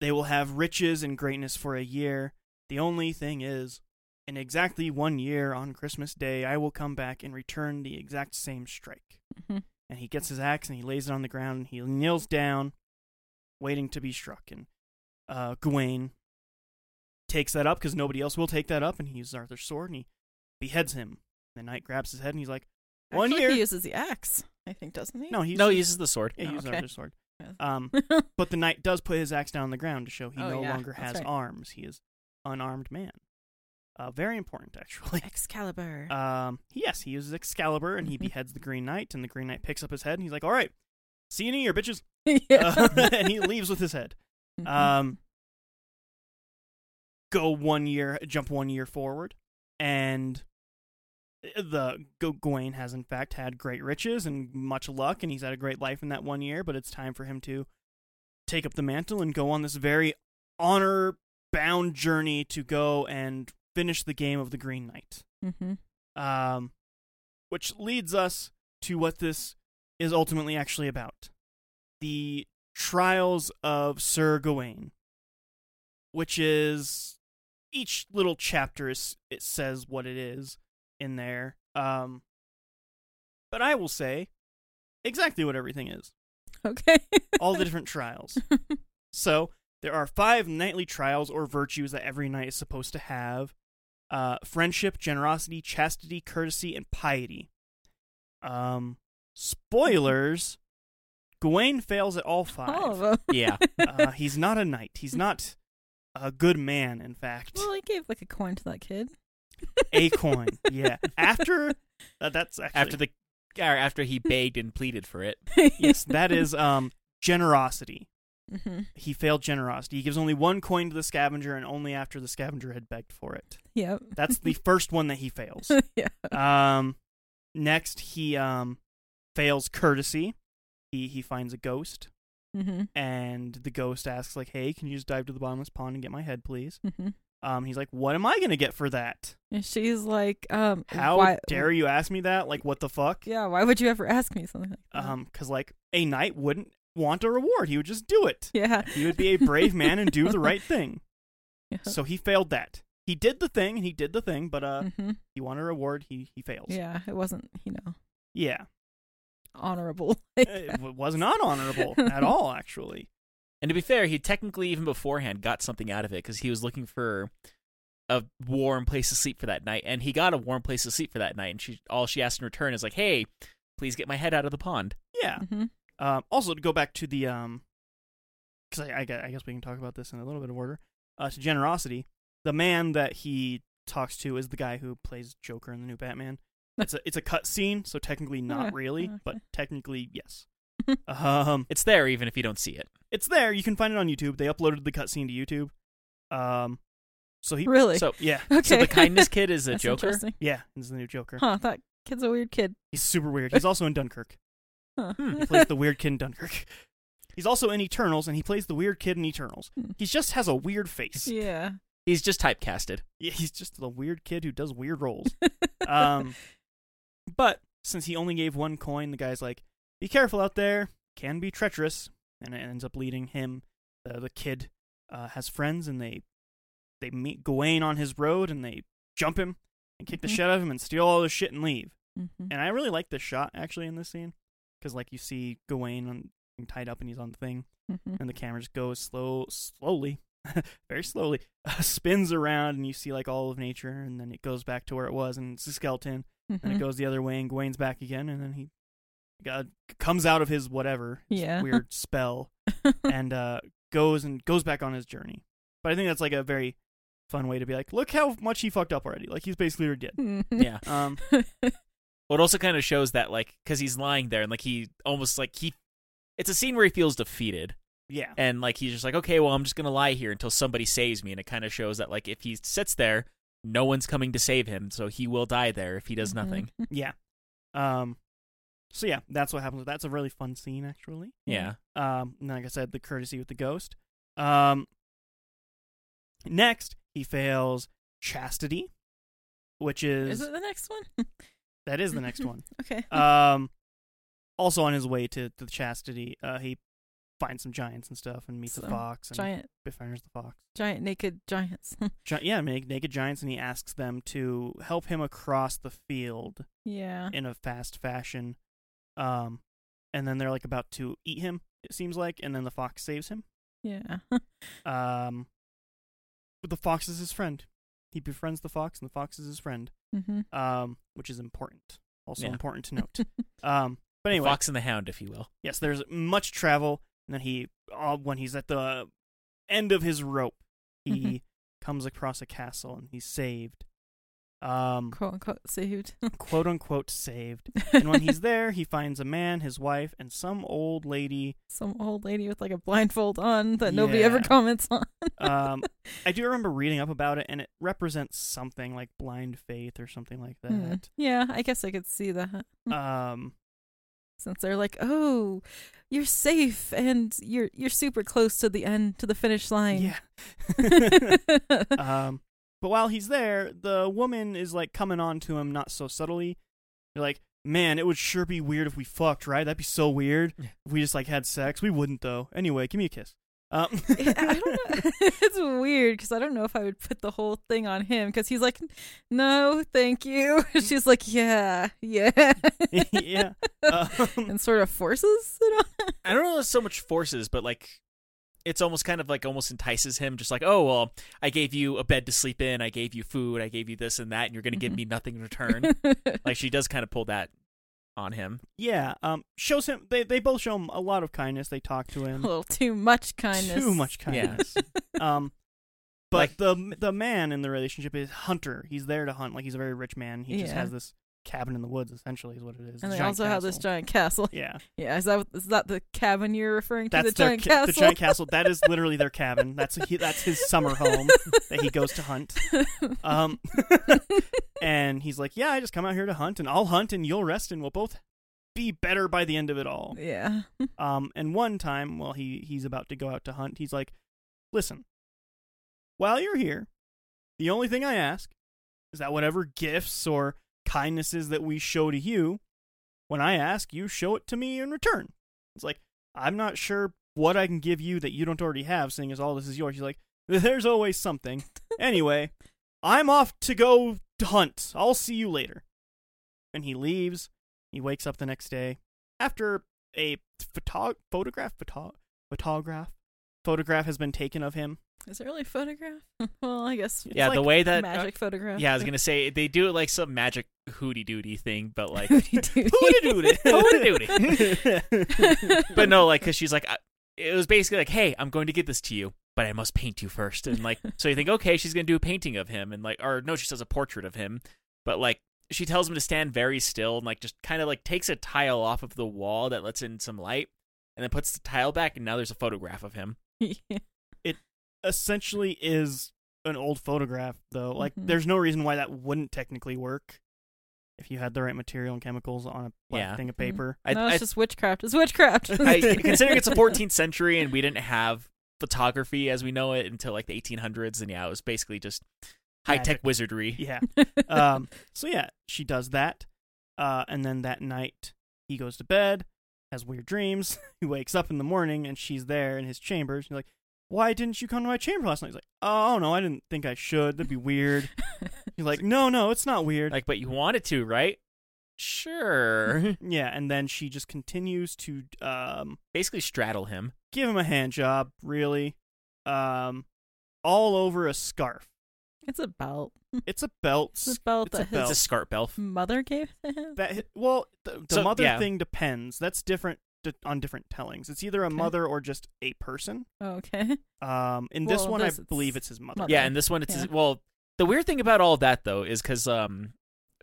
B: they will have riches and greatness for a year. The only thing is, in exactly one year on Christmas Day, I will come back and return the exact same strike.
C: Mhm.
B: And he gets his axe and he lays it on the ground and he kneels down, waiting to be struck. And uh, Gawain takes that up because nobody else will take that up, and he uses Arthur's sword and he beheads him. The knight grabs his head and he's like, "One
C: Actually,
B: year."
C: He uses the axe. I think doesn't he?
B: no, he
A: no, he uses the sword.
B: yeah, he
C: Oh,
B: uses
C: okay. [laughs]
B: Arthur's sword. Um, but the knight does put his axe down on the ground to show he
C: Oh,
B: no
C: yeah,
B: longer
C: that's
B: has
C: right.
B: arms. He is unarmed man. Uh, very important, actually.
C: [laughs]
B: [laughs]
C: Excalibur.
B: Um, yes, he uses Excalibur and he
C: Mhm.
B: beheads the Green Knight, and the Green Knight picks up his head and he's like, "All right, see you in a year, bitches,"
C: [laughs] yeah.
B: Uh, [laughs] and he leaves with his head.
C: Mhm.
B: Um, go one year, jump one year forward, and uh, the G- Gawain has in fact had great riches and much luck, and he's had a great life in that one year. But it's time for him to take up the mantle and go on this very honor-bound journey to go and finish the game of the Green Knight
C: Mhm.
B: um, which leads us to what this is ultimately actually about the trials of sir gawain which is each little chapter is it says what it is in there um but i will say exactly what everything is
C: Okay. [laughs]
B: all the different
A: [laughs]
B: trials so there are five knightly trials or virtues that every knight is supposed to have: uh, friendship, generosity, chastity, courtesy, and piety. Um, spoilers: Gawain fails at all five.
C: All of
A: Oh,
C: them. [laughs]
A: Yeah.
B: uh, he's not a knight. He's not a good man. In fact,
A: [laughs]
C: Well, he gave like a coin to that kid.
B: a coin. Yeah.
C: [laughs]
B: After uh, that's actually
A: after the or after he begged and pleaded for it.
B: yes, that is um generosity.
C: hmm
B: He failed generosity. He gives only one coin to the scavenger, and only after the scavenger had begged for it.
C: Yep. [laughs]
B: That's the first one that he fails.
C: yeah.
B: Um, next he um fails courtesy. He he finds a ghost,
C: Mm-hmm.
B: and the ghost asks like, "Hey, can you just dive to the bottomless pond and get my head, please?"
C: Mm-hmm.
B: Um, he's like, "What am I gonna get for that?
C: And she's like, um,
B: How
C: why,
B: dare you ask me that? Like, what the fuck?"
C: Yeah. Why would you ever ask me something like that?
B: Um, because like a knight wouldn't want a reward; he would just do it.
C: yeah.
B: He would be a brave man
C: [laughs]
B: and do the right thing.
C: Yeah.
B: [laughs] So he failed that. He did the thing, and he did the thing, but uh,
C: hmm
B: he won a reward. He he fails.
C: Yeah. It wasn't, you know,
B: yeah.
C: [laughs] honorable. [laughs]
B: it w- was not honorable at all, actually.
A: And to be fair, he technically even beforehand got something out of it because he was looking for a warm place to sleep for that night, and he got a warm place to sleep for that night. And she all she asked in return is like, "Hey, please get my head out of the pond."
C: [laughs]
B: Yeah.
C: Mhm.
B: Um, also, to go back to the, um, because I, I, gue- I guess we can talk about this in a little bit of order. Uh, to generosity, the man that he talks to is the guy who plays Joker in the
C: [laughs]
B: new Batman. It's a it's a cut scene, so technically
C: Yeah,
B: not really,
C: okay.
B: but technically
C: [laughs]
B: yes. um,
A: It's there even if you don't see it.
B: it's there. You can find it on YouTube. They uploaded the cut scene to YouTube. Um, so he
C: Really?
A: So,
B: yeah
C: [laughs] okay.
A: so
C: [laughs]
A: the kindness kid [laughs] is a
C: That's
A: joker.
C: interesting.
B: yeah he's the new Joker.
C: Huh. That kid's a weird kid.
B: He's super weird. He's also in Dunkirk.
C: Huh.
A: Hmm.
C: [laughs]
B: He plays the weird kid in Dunkirk. [laughs] He's also in Eternals, and he plays the weird kid in Eternals.
C: Hmm.
B: He just has a weird face.
C: yeah.
A: He's just [laughs] typecasted.
B: [laughs] Yeah, He's just the weird kid who does
C: [laughs]
B: weird roles. Um, but since he only gave one coin, the guy's like, "Be careful out there. Can be treacherous," and it ends up leading him. The, the kid uh, has friends, and they they meet Gawain on his road, and they jump him and kick the
C: Mhm.
B: shit out of him and steal all his shit and leave.
C: Mhm.
B: And I really like this shot actually in this scene because like you see Gawain on, tied up and he's on the thing,
C: Mhm.
B: and the camera just goes slow, slowly, [laughs] very slowly, [laughs] spins around, and you see like all of nature, and then it goes back to where it was, and it's a skeleton. Then
C: [laughs] Mhm.
B: it goes the other way, and Gawain's back again, and then he God comes out of his whatever his
C: Yeah.
B: weird spell and uh, goes and goes back on his journey. But I think that's like a very fun way to be like, look how much he fucked up already. Like he's basically already dead.
C: Mhm.
A: Yeah.
B: Um,
A: Well, it also kind of shows that like because he's lying there and like he almost like he. It's a scene where he feels defeated.
B: yeah,
A: and like he's just like okay well i'm just gonna lie here until somebody saves me and it kind of shows that like if he sits there no one's coming to save him so he will die there if he does nothing
C: Mhm.
B: Yeah. Um. So yeah, that's what happens. That's a really fun scene, actually.
A: yeah
B: Um. And like I said, the courtesy with the ghost. Um. Next, he fails chastity, which is,
C: Is it the next one?
B: that is the next one.
C: [laughs] Okay.
B: Um. Also on his way to, to the chastity, uh, he finds some giants and stuff, and meets a
C: Some
B: fox and
C: giant,
B: befriends the fox.
C: giant naked giants. [laughs]
B: Gi- yeah, make naked giants, and he asks them to help him across the field
C: yeah.
B: in a fast fashion. Um, and then they're like about to eat him. It seems like, and then the fox saves him.
C: Yeah. [laughs]
B: Um, but the fox is his friend. He befriends the fox, and the fox is his friend.
C: Mm-hmm.
B: Um, which is important. Also
C: [laughs]
A: Yeah.
B: important to note. Um, but anyway,
A: fox and the hound if you will
B: yes, there's much travel. And then he, uh, when he's at the end of his rope, he comes across a castle and he's saved.
C: [laughs]
B: Um,
C: quote unquote saved.
B: quote unquote saved. [laughs]
C: [laughs]
B: And when he's there, he finds a man, his wife, and some old lady.
C: some old lady with like a blindfold on that nobody ever
B: Yeah.
C: comments on. [laughs]
B: Um, I do remember reading up about it, and it represents something like blind faith or something like
C: Hmm.
B: that.
C: Yeah, I guess I could see that.
B: Um,
C: [laughs] Since they're like, "Oh, you're safe and you're you're super close to the end to the finish line."
B: yeah.
C: [laughs]
B: [laughs] um, but while he's there, the woman is like coming on to him not so subtly. You're like, man, it would sure be weird if we fucked, right? That'd be so weird
A: Yeah.
B: if we just like had sex. We wouldn't though. Anyway, give me a kiss. Um,
C: [laughs] I don't know. [laughs] it's weird because I don't know if I would put the whole thing on him because he's like, "No, thank you." [laughs]
B: Mm.
C: She's like, "Yeah,
B: [laughs]
C: yeah," [laughs]
B: yeah. Um,
C: and sort of forces it on.
A: I don't know if so much forces, but like it's almost kind of like almost entices him just like, "Oh, well, I gave you a bed to sleep in, I gave you food, I gave you this and that, and you're going to give
C: Mhm.
A: me nothing
C: [laughs]
A: in [laughs] return." like she does kind of pull that on him.
B: yeah. Um, shows him. They they both show him a lot of kindness. They talk to
C: [laughs] a
B: him.
C: little too much kindness.
B: Too much
C: [laughs]
A: Yeah.
B: kindness. um, but
A: Like-
B: the the man in the relationship is hunter. He's there to hunt. Like he's a very rich man. He just
C: Yeah.
B: has this cabin in the woods. Essentially, is what it is.
C: And they
B: This giant
C: also have this
B: castle.
C: giant castle. [laughs]
B: Yeah,
C: Yeah, is that is that the cabin you're referring to? the
B: that's
C: giant
B: their, ca-
C: castle.
B: the giant castle. That is literally
C: [laughs]
B: their cabin. That's he, that's his summer home that he goes to hunt. Um, and he's like, "Yeah, I just come out here to hunt, and I'll hunt, and you'll rest, and we'll both be better by the end of it all."
C: yeah.
B: Um, and one time, while he he's about to go out to hunt, he's like, "Listen, while you're here, the only thing I ask is that whatever gifts or kindnesses that we show to you, when I ask, you show it to me in return." It's like I'm not sure what I can give you that you don't already have, seeing as all this is yours. He's like, "There's always something." anyway, I'm off to go hunt. I'll see you later. And he leaves. He wakes up the next day after a photo- photograph photo- photograph photograph has been taken of
A: [laughs]
B: him. [laughs]
C: Is it really a photograph? [laughs] well, I guess
B: It's
A: yeah, the
B: like
A: way that uh,
C: magic photograph.
A: Yeah, I was
C: [laughs]
A: going to say they do it like some magic hooty doody thing, but
C: [laughs]
A: like
C: Hooty-doody.
A: Hooty-doody.
C: [laughs]
A: Hooty-doody. but no, like because she's like, I, it was basically like, hey, I'm going to give this to you, but I must paint you first, and like, so you think, okay, she's gonna do a painting of him, and like, or no, she does a portrait of him, but like, she tells him to stand very still and like just kind of like takes a tile off of the wall that lets in some light, and then puts the tile back, and now there's a photograph of him.
C: Yeah.
B: Essentially, is an old photograph though. Like,
A: Mm-hmm.
C: Mhm.
B: there's no reason why that wouldn't technically work if you had the right material and chemicals on a black
A: Yeah. Mm-hmm.
B: thing of paper.
A: I,
C: no, it's
A: I,
C: just witchcraft. It's witchcraft.
A: [laughs]
B: [laughs]
A: I considering it's
C: [laughs]
A: the 14th century and we didn't have photography as we know it until like the 1800s, and yeah, it was basically just high tech
B: Magic.
A: wizardry.
B: [laughs] Yeah. um, so yeah, she does that, uh, and then that night he goes to bed, has weird dreams. [laughs] he wakes up in the morning and she's there in his chamber. She's like, "Why didn't you come to my chamber last night?" He's like, "Oh no, I didn't think I should. That'd
C: [laughs]
B: be weird." He's like, "No, no, it's not weird."
A: Like, but you wanted to, right? Sure.
B: yeah, and then she just continues to um,
A: Basically, straddle him.
B: give him a hand job, really, um, all over a scarf.
C: it's a belt.
B: It's a belt.
C: It's a belt
B: It's a
C: that his
B: belt. Mm,
A: It's a scarp elf.
C: mother gave to him.
B: That well, the, the
A: So,
B: mother
A: yeah.
B: thing depends. That's different d on different tellings. It's either a
C: Okay.
B: mother or just a person.
C: okay.
B: Um, in this
C: Well,
B: one,
C: this
B: I
C: it's
B: believe it's his mother.
C: mother.
A: Yeah, and this one, it's
C: Yeah.
A: well. The weird thing about all of that though is because um,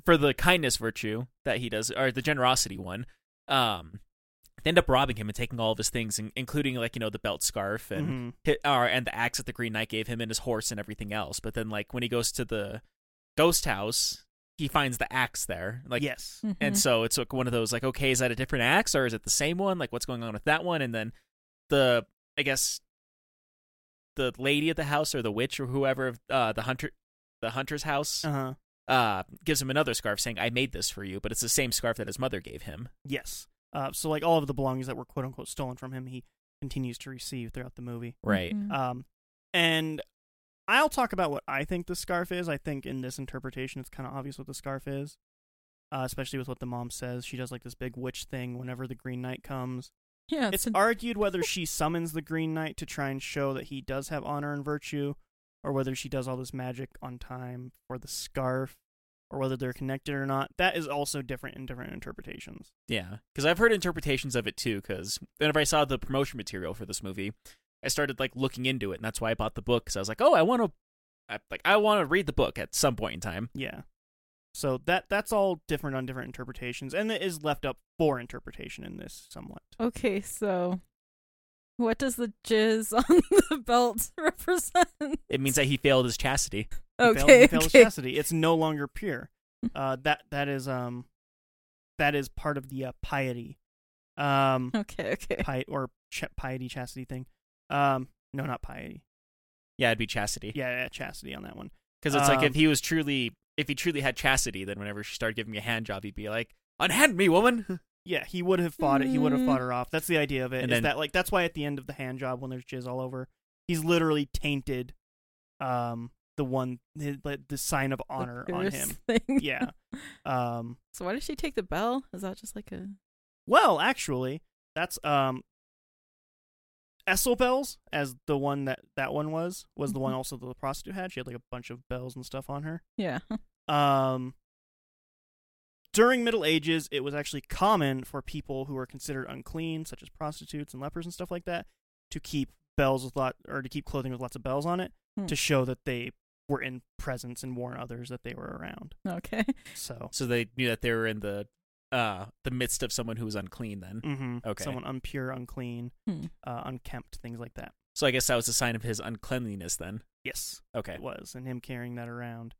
A: for the kindness virtue that he does, or the generosity one, um, they end up robbing him and taking all of his things, in- including like you know the belt scarf and
B: Mhm.
A: hit, or and the axe that the Green Knight gave him and his horse and everything else. But then like when he goes to the ghost house, he finds the axe there. Like
B: yes,
A: and
C: Mhm.
A: so it's like one of those like okay is that a different axe or is it the same one like what's going on with that one and then the i guess the lady at the house or the witch or whoever uh the hunter the hunter's
C: Hmm.
A: house
B: uh huh,
A: uh gives him another scarf saying i made this for you but it's the same scarf that his mother gave him
B: yes. Uh, so like all of the belongings that were quote unquote stolen from him, he continues to receive throughout the movie.
A: right
C: Mhm.
B: Um, and I'll talk about what I think the scarf is. I think in this interpretation, it's kind of obvious what the scarf is, uh, especially with what the mom says. She does like this big witch thing whenever the Green Knight comes.
C: yeah, [laughs]
B: it's
C: it's, an-
B: argued whether she summons the Green Knight to try and show that he does have honor and virtue, or whether she does all this magic on time for the scarf. or whether they're connected or not. That is also different in different interpretations.
A: Yeah, because I've heard interpretations of it too. Because whenever I saw the promotion material for this movie, I started like looking into it, and that's why I bought the book. Because I was like, oh, I want to, I, like, I want to read the book at some point in time.
B: Yeah. So that that's all different on different interpretations, and it is left up for interpretation in this somewhat.
C: Okay, so what does the jizz [laughs] on the belt [laughs] represent?
A: It means that he failed his chastity. [laughs]
B: He failed-
C: okay,
B: he failed his
C: okay.
B: chastity. It's no longer
C: [laughs]
B: pure. Uh, that that is um, that is part of the uh, piety, um,
C: okay, okay.
B: [laughs] pi- or ch- piety chastity thing. Um, no, not piety.
A: Yeah, it'd be chastity.
B: Yeah, yeah, chastity on that one.
A: Because it's like if
B: Um,
A: he was truly, if he truly had chastity, then whenever she started giving me a hand job, he'd be like, "Unhand me, woman." [laughs]
B: Yeah, he would have fought it. He would have
C: Mm.
B: fought her off. That's the idea of it. Is
A: And then-
B: that like that's why at the end of the hand job when there's jizz all over, he's literally tainted, um, the one his, like, the sign of honor
C: The
B: on
C: purse [laughs]
B: him.
C: Thing.
B: Yeah. Um,
C: So why does she take the bell? Is that just like a
B: well, actually, that's um, Esselbells as the one that that one was was the one
C: Mhm.
B: also that the prostitute had. She had like a bunch of bells and stuff on her.
C: yeah? [laughs]
B: Um, during Middle Ages, it was actually common for people who were considered unclean, such as prostitutes and lepers and stuff like that, to keep bells with lot or to keep clothing with lots of bells on it
C: Hmm.
B: to show that they were in presence and warn others that they were around.
C: Okay.
B: So,
A: so they knew that they were in the, uh, the midst of someone who was unclean. Then,
B: hmm
A: Okay.
B: someone unpure, unclean,
C: Hmm.
B: uh, unkempt, things like that.
A: so I guess that was a sign of his uncleanliness. Then,
B: Yes,
A: okay,
B: it was, and him carrying that around.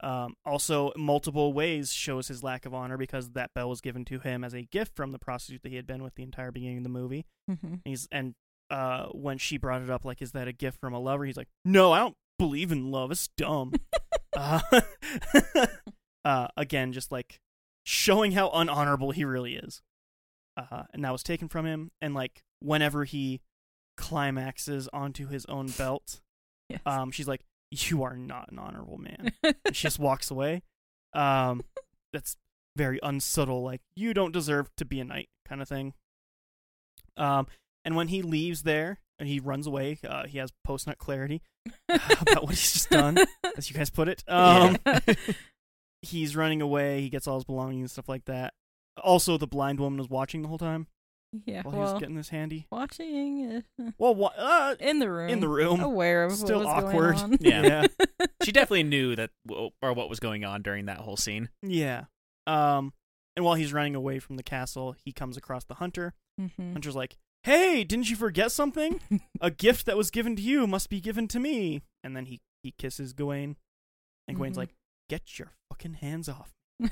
B: Um, also, multiple ways shows his lack of honor because that bell was given to him as a gift from the prostitute that he had been with the entire beginning of the movie.
C: Mhm.
B: And he's and uh when she brought it up, like, is that a gift from a lover? He's like, No, I don't believe in love. It's dumb. uh, [laughs] uh, again, just like showing how unhonorable he really is. Uh, and that was taken from him. And like whenever he climaxes onto his own belt,
C: Yes. [laughs]
B: um, she's like, "You are not an honorable man." and she just walks away. Um, that's very unsubtle, like you don't deserve to be a knight kind of thing. Um, and when he leaves there and he runs away, uh, he has post
C: [laughs]
B: nut clarity, about what he's just done. as you guys put it. Um, he's running away. He gets all his belongings and stuff like that. Also, the blind woman was watching the whole time
C: [laughs]
B: [laughs]
C: yeah.
B: while he
C: well,
B: was getting this handy.
C: watching uh,
B: Well, wa- uh,
C: in the room,
B: in the room.
C: aware of
B: Still
C: what was
B: awkward. [laughs]
C: Going on.
A: Yeah.
B: yeah.
A: she definitely knew that or what was going on during that whole scene.
B: Yeah. Um, and while he's running away from the castle, he comes across the hunter.
C: Mhm.
B: Hunter's like, "Hey, didn't you forget something? A gift that was given to you must be given to me." And then he he kisses Gawain, and Gawain's
C: Mhm.
B: like, "Get your fucking hands off!"
C: [laughs]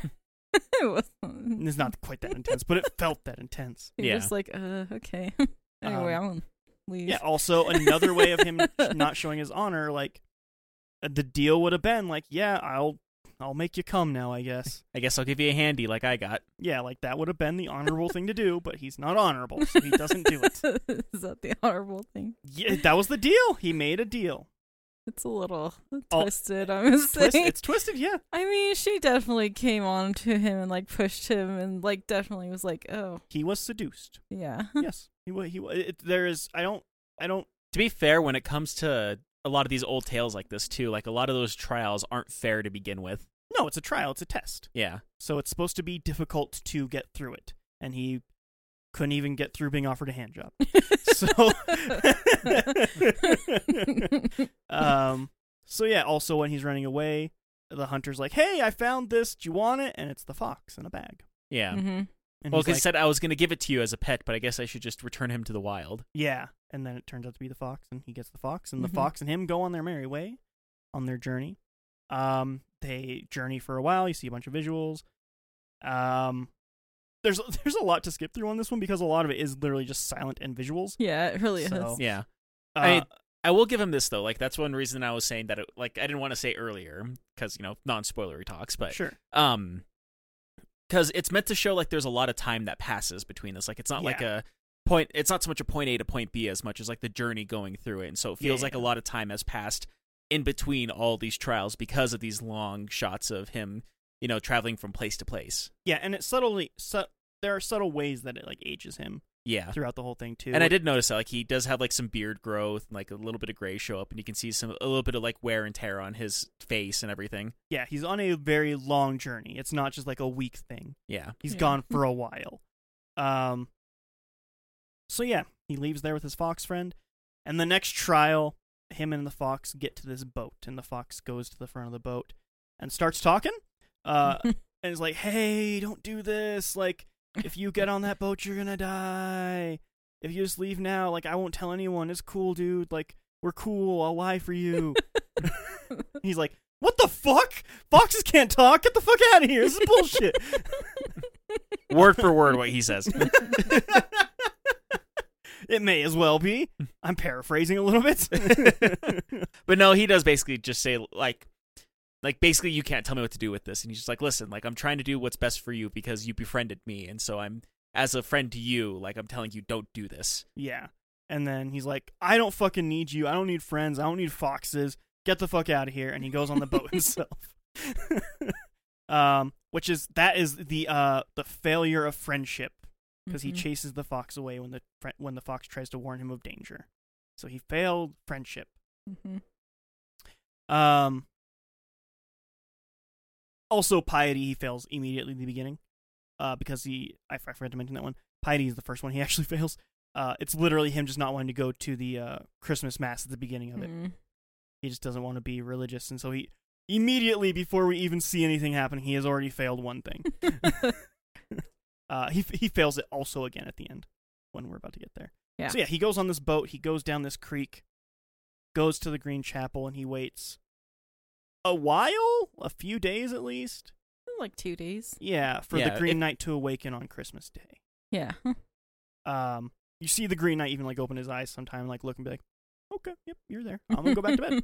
C: It was-
B: And it's not quite that intense, but it felt that intense.
C: [laughs] You're
A: Yeah.
C: just like, uh, okay. [laughs] anyway,
B: Um,
C: I'm gonna leave.
B: Yeah. Also, another way of him [laughs] not showing his honor, like uh, the deal would have been like, "Yeah, I'll I'll make you come now, I
A: [laughs]
B: guess."
A: I guess I'll give you a handy like I got.
B: Yeah, like that would have been the honorable thing to do, but he's not honorable, so he doesn't do it.
C: [laughs] Is that the honorable thing?
B: Yeah, that was the deal. He made a deal.
C: It's a little
B: Oh,
C: twisted. I'm [laughs] saying.
B: Twist, it's twisted, yeah.
C: I mean, she definitely came on to him and like pushed him and like definitely was like, oh
B: He was seduced.
C: yeah, [laughs]
B: Yes, he was. He wa- it, there is. I don't. I don't.
A: To be fair, when it comes to a lot of these old tales like this too, like a lot of those trials aren't fair to begin with.
B: No, it's a trial. It's a test.
A: Yeah.
B: So it's supposed to be difficult to get through it, and he couldn't even get through being offered a hand job. [laughs]
C: [laughs]
B: So- um. So yeah. Also, when he's running away, the hunter's like, "Hey, I found this. Do you want it?" And it's the fox in a bag.
A: Yeah.
C: Mhm.
B: Mm-hmm. And
A: Well,
B: he's
A: because he
B: like,
A: said I was going to give it to you as a pet, but I guess I should just return him to the wild.
B: Yeah. And then it turns out to be the fox, and he gets the fox, and the
A: Mm-hmm.
C: Mhm.
B: fox and him go on their merry way on their journey. Um, they journey for a while. You see a bunch of visuals. Um, there's [laughs] there's a lot to skip through on this one because a lot of it is literally just silent and visuals.
C: yeah, it really
B: So-
C: is.
A: Yeah.
B: Uh,
A: I- I will give him this though. Like that's one reason I was saying that. It, like I didn't want to say earlier because you know non-spoilery talks, but
B: sure.
A: um, because it's meant to show like there's a lot of time that passes between this. Like it's not like a point. It's not so much a point A to point B as much as like the journey going through it. And so it
B: Yeah,
A: feels
B: yeah,
A: like a
B: yeah.
A: lot of time has passed in between all these trials because of these long shots of him, you know, traveling from place to place.
B: Yeah, and it subtly su- there are subtle ways that it like ages him.
A: Yeah.
B: throughout the whole thing too.
A: And I did notice that like he does have like some beard growth and like a little bit of gray show up and you can see some a little bit of like wear and tear on his face and everything.
B: Yeah, he's on a very long journey. It's not just like a week thing.
A: Yeah.
B: He's
C: Yeah.
B: gone for a while. Um So yeah, he leaves there with his fox friend. And the next trial, him and the fox get to this boat and the fox goes to the front of the boat and starts talking.
C: [laughs]
B: Uh and is like, "Hey, don't do this. Like if you get on that boat, you're going to die. If you just leave now, like I won't tell anyone. It's cool, dude. Like we're cool. I'll lie for you." And he's like, "What the fuck? Foxes can't talk. Get the fuck out of here. This
C: [laughs]
B: is bullshit." [laughs]
A: word for word what he says.
B: it may as well be. I'm paraphrasing a little bit. yeah,
A: But no, he does basically just say like like basically you can't tell me what to do with this and he's just like listen, like I'm trying to do what's best for you because you befriended me and so I'm as a friend to you, like I'm telling you don't do this.
B: and then he's like, "I don't fucking need you. I don't need friends. I don't need foxes. Get the fuck out of here." And he goes on the boat himself. um, which is that is the uh the failure of friendship because he
C: Mhm.
B: chases the fox away when the fr- when the fox tries to warn him of danger. So he failed friendship.
C: Mhm.
B: Um. Also, piety he fails immediately in the beginning, uh, because he I, I forgot to mention that one. Piety is the first one he [laughs] actually fails. Uh, it's literally him just not wanting to go to the uh, Christmas mass at the beginning of it.
C: Mm.
B: He just doesn't want to be religious, and so he immediately before we even see anything happen, he has already failed one thing. Mm-hmm. [laughs] Uh, he he fails it also again at the end when we're about to get there.
C: Yeah.
B: So yeah, he goes on this boat. He goes down this creek, goes to the Green Chapel, and he waits a while, a few days at least.
C: like two days.
B: Yeah, for
A: Yeah,
B: the Green
A: it-
B: Knight to awaken on Christmas Day.
C: Yeah.
B: Um, you see the Green Knight even like open his eyes sometime, like look and be like, "Okay, yep, you're there. I'm gonna go back to
C: [laughs]
B: bed."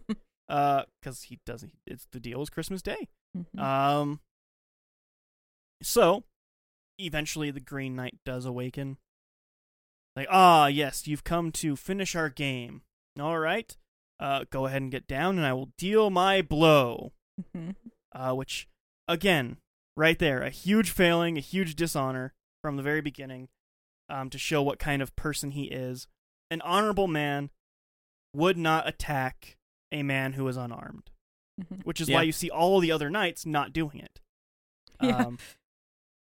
B: Uh, because he doesn't. It's the deal is Christmas Day.
C: Mhm.
B: Um. So, eventually, the Green Knight does awaken. Like, ah, yes, you've come to finish our game. All right, uh, go ahead and get down, and I will deal my blow.
C: Mhm.
B: Uh, which, again, right there, a huge failing, a huge dishonor from the very beginning, um, to show what kind of person he is. An honorable man would not attack a man who is unarmed
C: Mhm.
B: which is
A: Yeah.
B: why you see all the other knights not doing
A: [laughs]
B: it.
C: Yeah.
B: Um,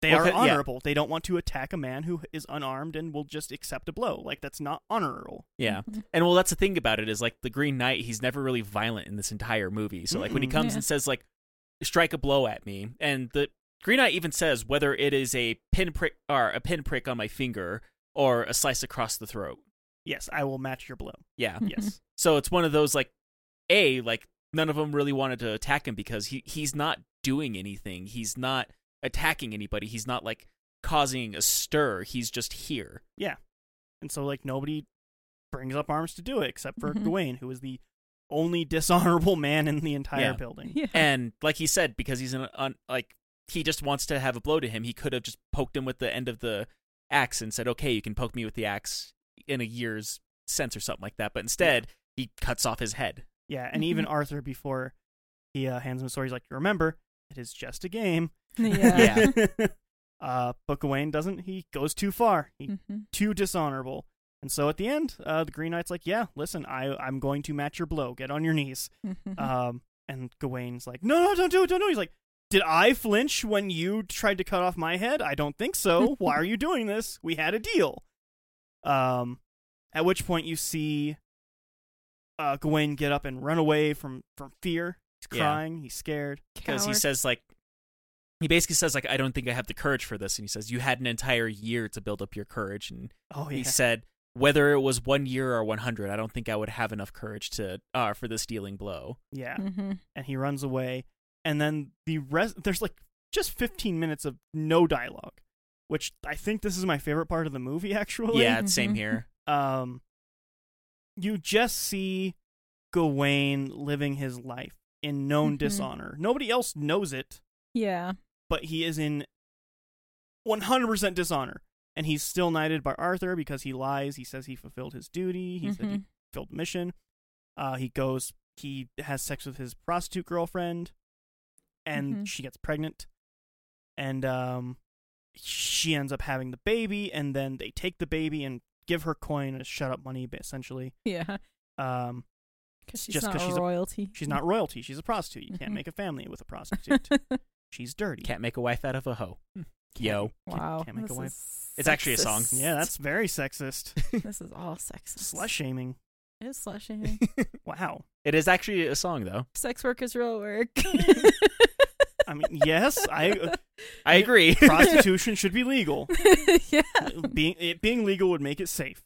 B: they
A: Well,
B: are
A: ca- yeah.
B: honorable. They don't want to attack a man who is unarmed and will just accept a blow. Like that's not honorable.
A: Yeah.
C: Mhm.
A: And well, that's the thing about it is like the Green Knight, he's never really violent in this entire movie. So like when he
B: Mm-mm.
A: comes
C: Yeah.
A: and says like strike a blow at me, and the Green Knight even says whether it is a pinprick or a pinprick on my finger or a slice across the throat.
B: Yes, I will match your blow.
A: Yeah.
C: Mhm.
B: Yes.
A: [laughs] So it's one of those like a like none of them really wanted to attack him because he he's not doing anything. He's not attacking anybody. He's not like causing a stir. He's just here.
B: And so like nobody brings up arms to do it except for
A: Mm-hmm.
C: Mhm.
B: Gawain, who is the only [laughs] dishonorable man in the entire
A: Yeah.
B: building.
C: Yeah.
A: And like he said, because he's an un, like he just wants to have a blow to him. He could have just poked him with the end of the axe and said, "Okay, you can poke me with the axe in a year's sense or something like that." But instead, he cuts off his head.
B: Yeah,
A: Mm-hmm.
B: and even
C: Mhm.
B: Arthur before he uh, hands him a sword, he's like, "Remember, it is just a game."
C: [laughs]
B: [laughs]
C: yeah.
B: uh, but Gawain doesn't. He goes too far. He
C: Mhm.
B: too dishonorable. And so at the end, uh, the Green Knight's like, "Yeah, listen, I I'm going to match your blow. Get on your knees."
C: Mhm.
B: Um, and Gawain's like, "No, no, don't do it, don't do it." He's like, "Did I flinch when you tried to cut off my head? I don't think [laughs] so. Why are you doing this? We had a deal." Um, at which point you see, uh, Gawain get up and run away from from fear. He's
A: Yeah.
B: crying. He's scared.
A: because he
C: Coward.
A: says like he basically says like I don't think I have the courage for this, and he says you had an entire year to build up your courage, and
B: Oh
A: he
B: yeah.
A: said whether it was one year or one hundred, I don't think I would have enough courage to uh, for this dealing blow.
B: yeah.
C: Mhm.
B: and he runs away. And then the rest, there's like just 15 minutes of no dialogue, which I think this is my favorite part of the movie, [laughs] actually.
A: Yeah, it's same
C: Mhm.
B: [laughs]
A: here.
B: Um, you just see Gawain living his life in known
C: Mhm.
B: dishonor. Nobody else knows it,
C: Yeah.
B: but he is in 100% dishonor. And he's still knighted by Arthur because he lies. He says he fulfilled his duty. He said he
C: Mhm.
B: fulfilled the mission. Uh, he goes, he has sex with his prostitute girlfriend, and
C: Mhm.
B: she gets pregnant. And um, she ends up having the baby, and then they take the baby and give her coin as shut up money, essentially.
C: Yeah,
B: Um,
C: because she's
B: Just
C: not
B: 'cause she's a-
C: royalty. [laughs]
B: she's not royalty; she's a prostitute. You can't
C: Mhm.
B: make a family with
C: [laughs]
B: a prostitute. she's dirty.
A: Can't make a wife out of a hoe.
B: Hmm.
A: Yo.
B: Can't-
C: wow,
B: can't make a
C: this
B: wife.
C: is
A: It's actually a song.
C: sexist.
B: Yeah, that's very sexist.
C: [laughs] this is all sexist.
B: Slut shaming.
C: It is
B: [laughs]
C: slushing. [laughs]
B: Wow.
A: it is actually a song though.
C: Sex work is real work.
B: I mean, yes,
C: [laughs]
B: I- uh,
A: I
B: Yeah.
A: agree. [laughs]
B: Prostitution should be legal.
C: yeah,
B: Being it being legal would make it safe.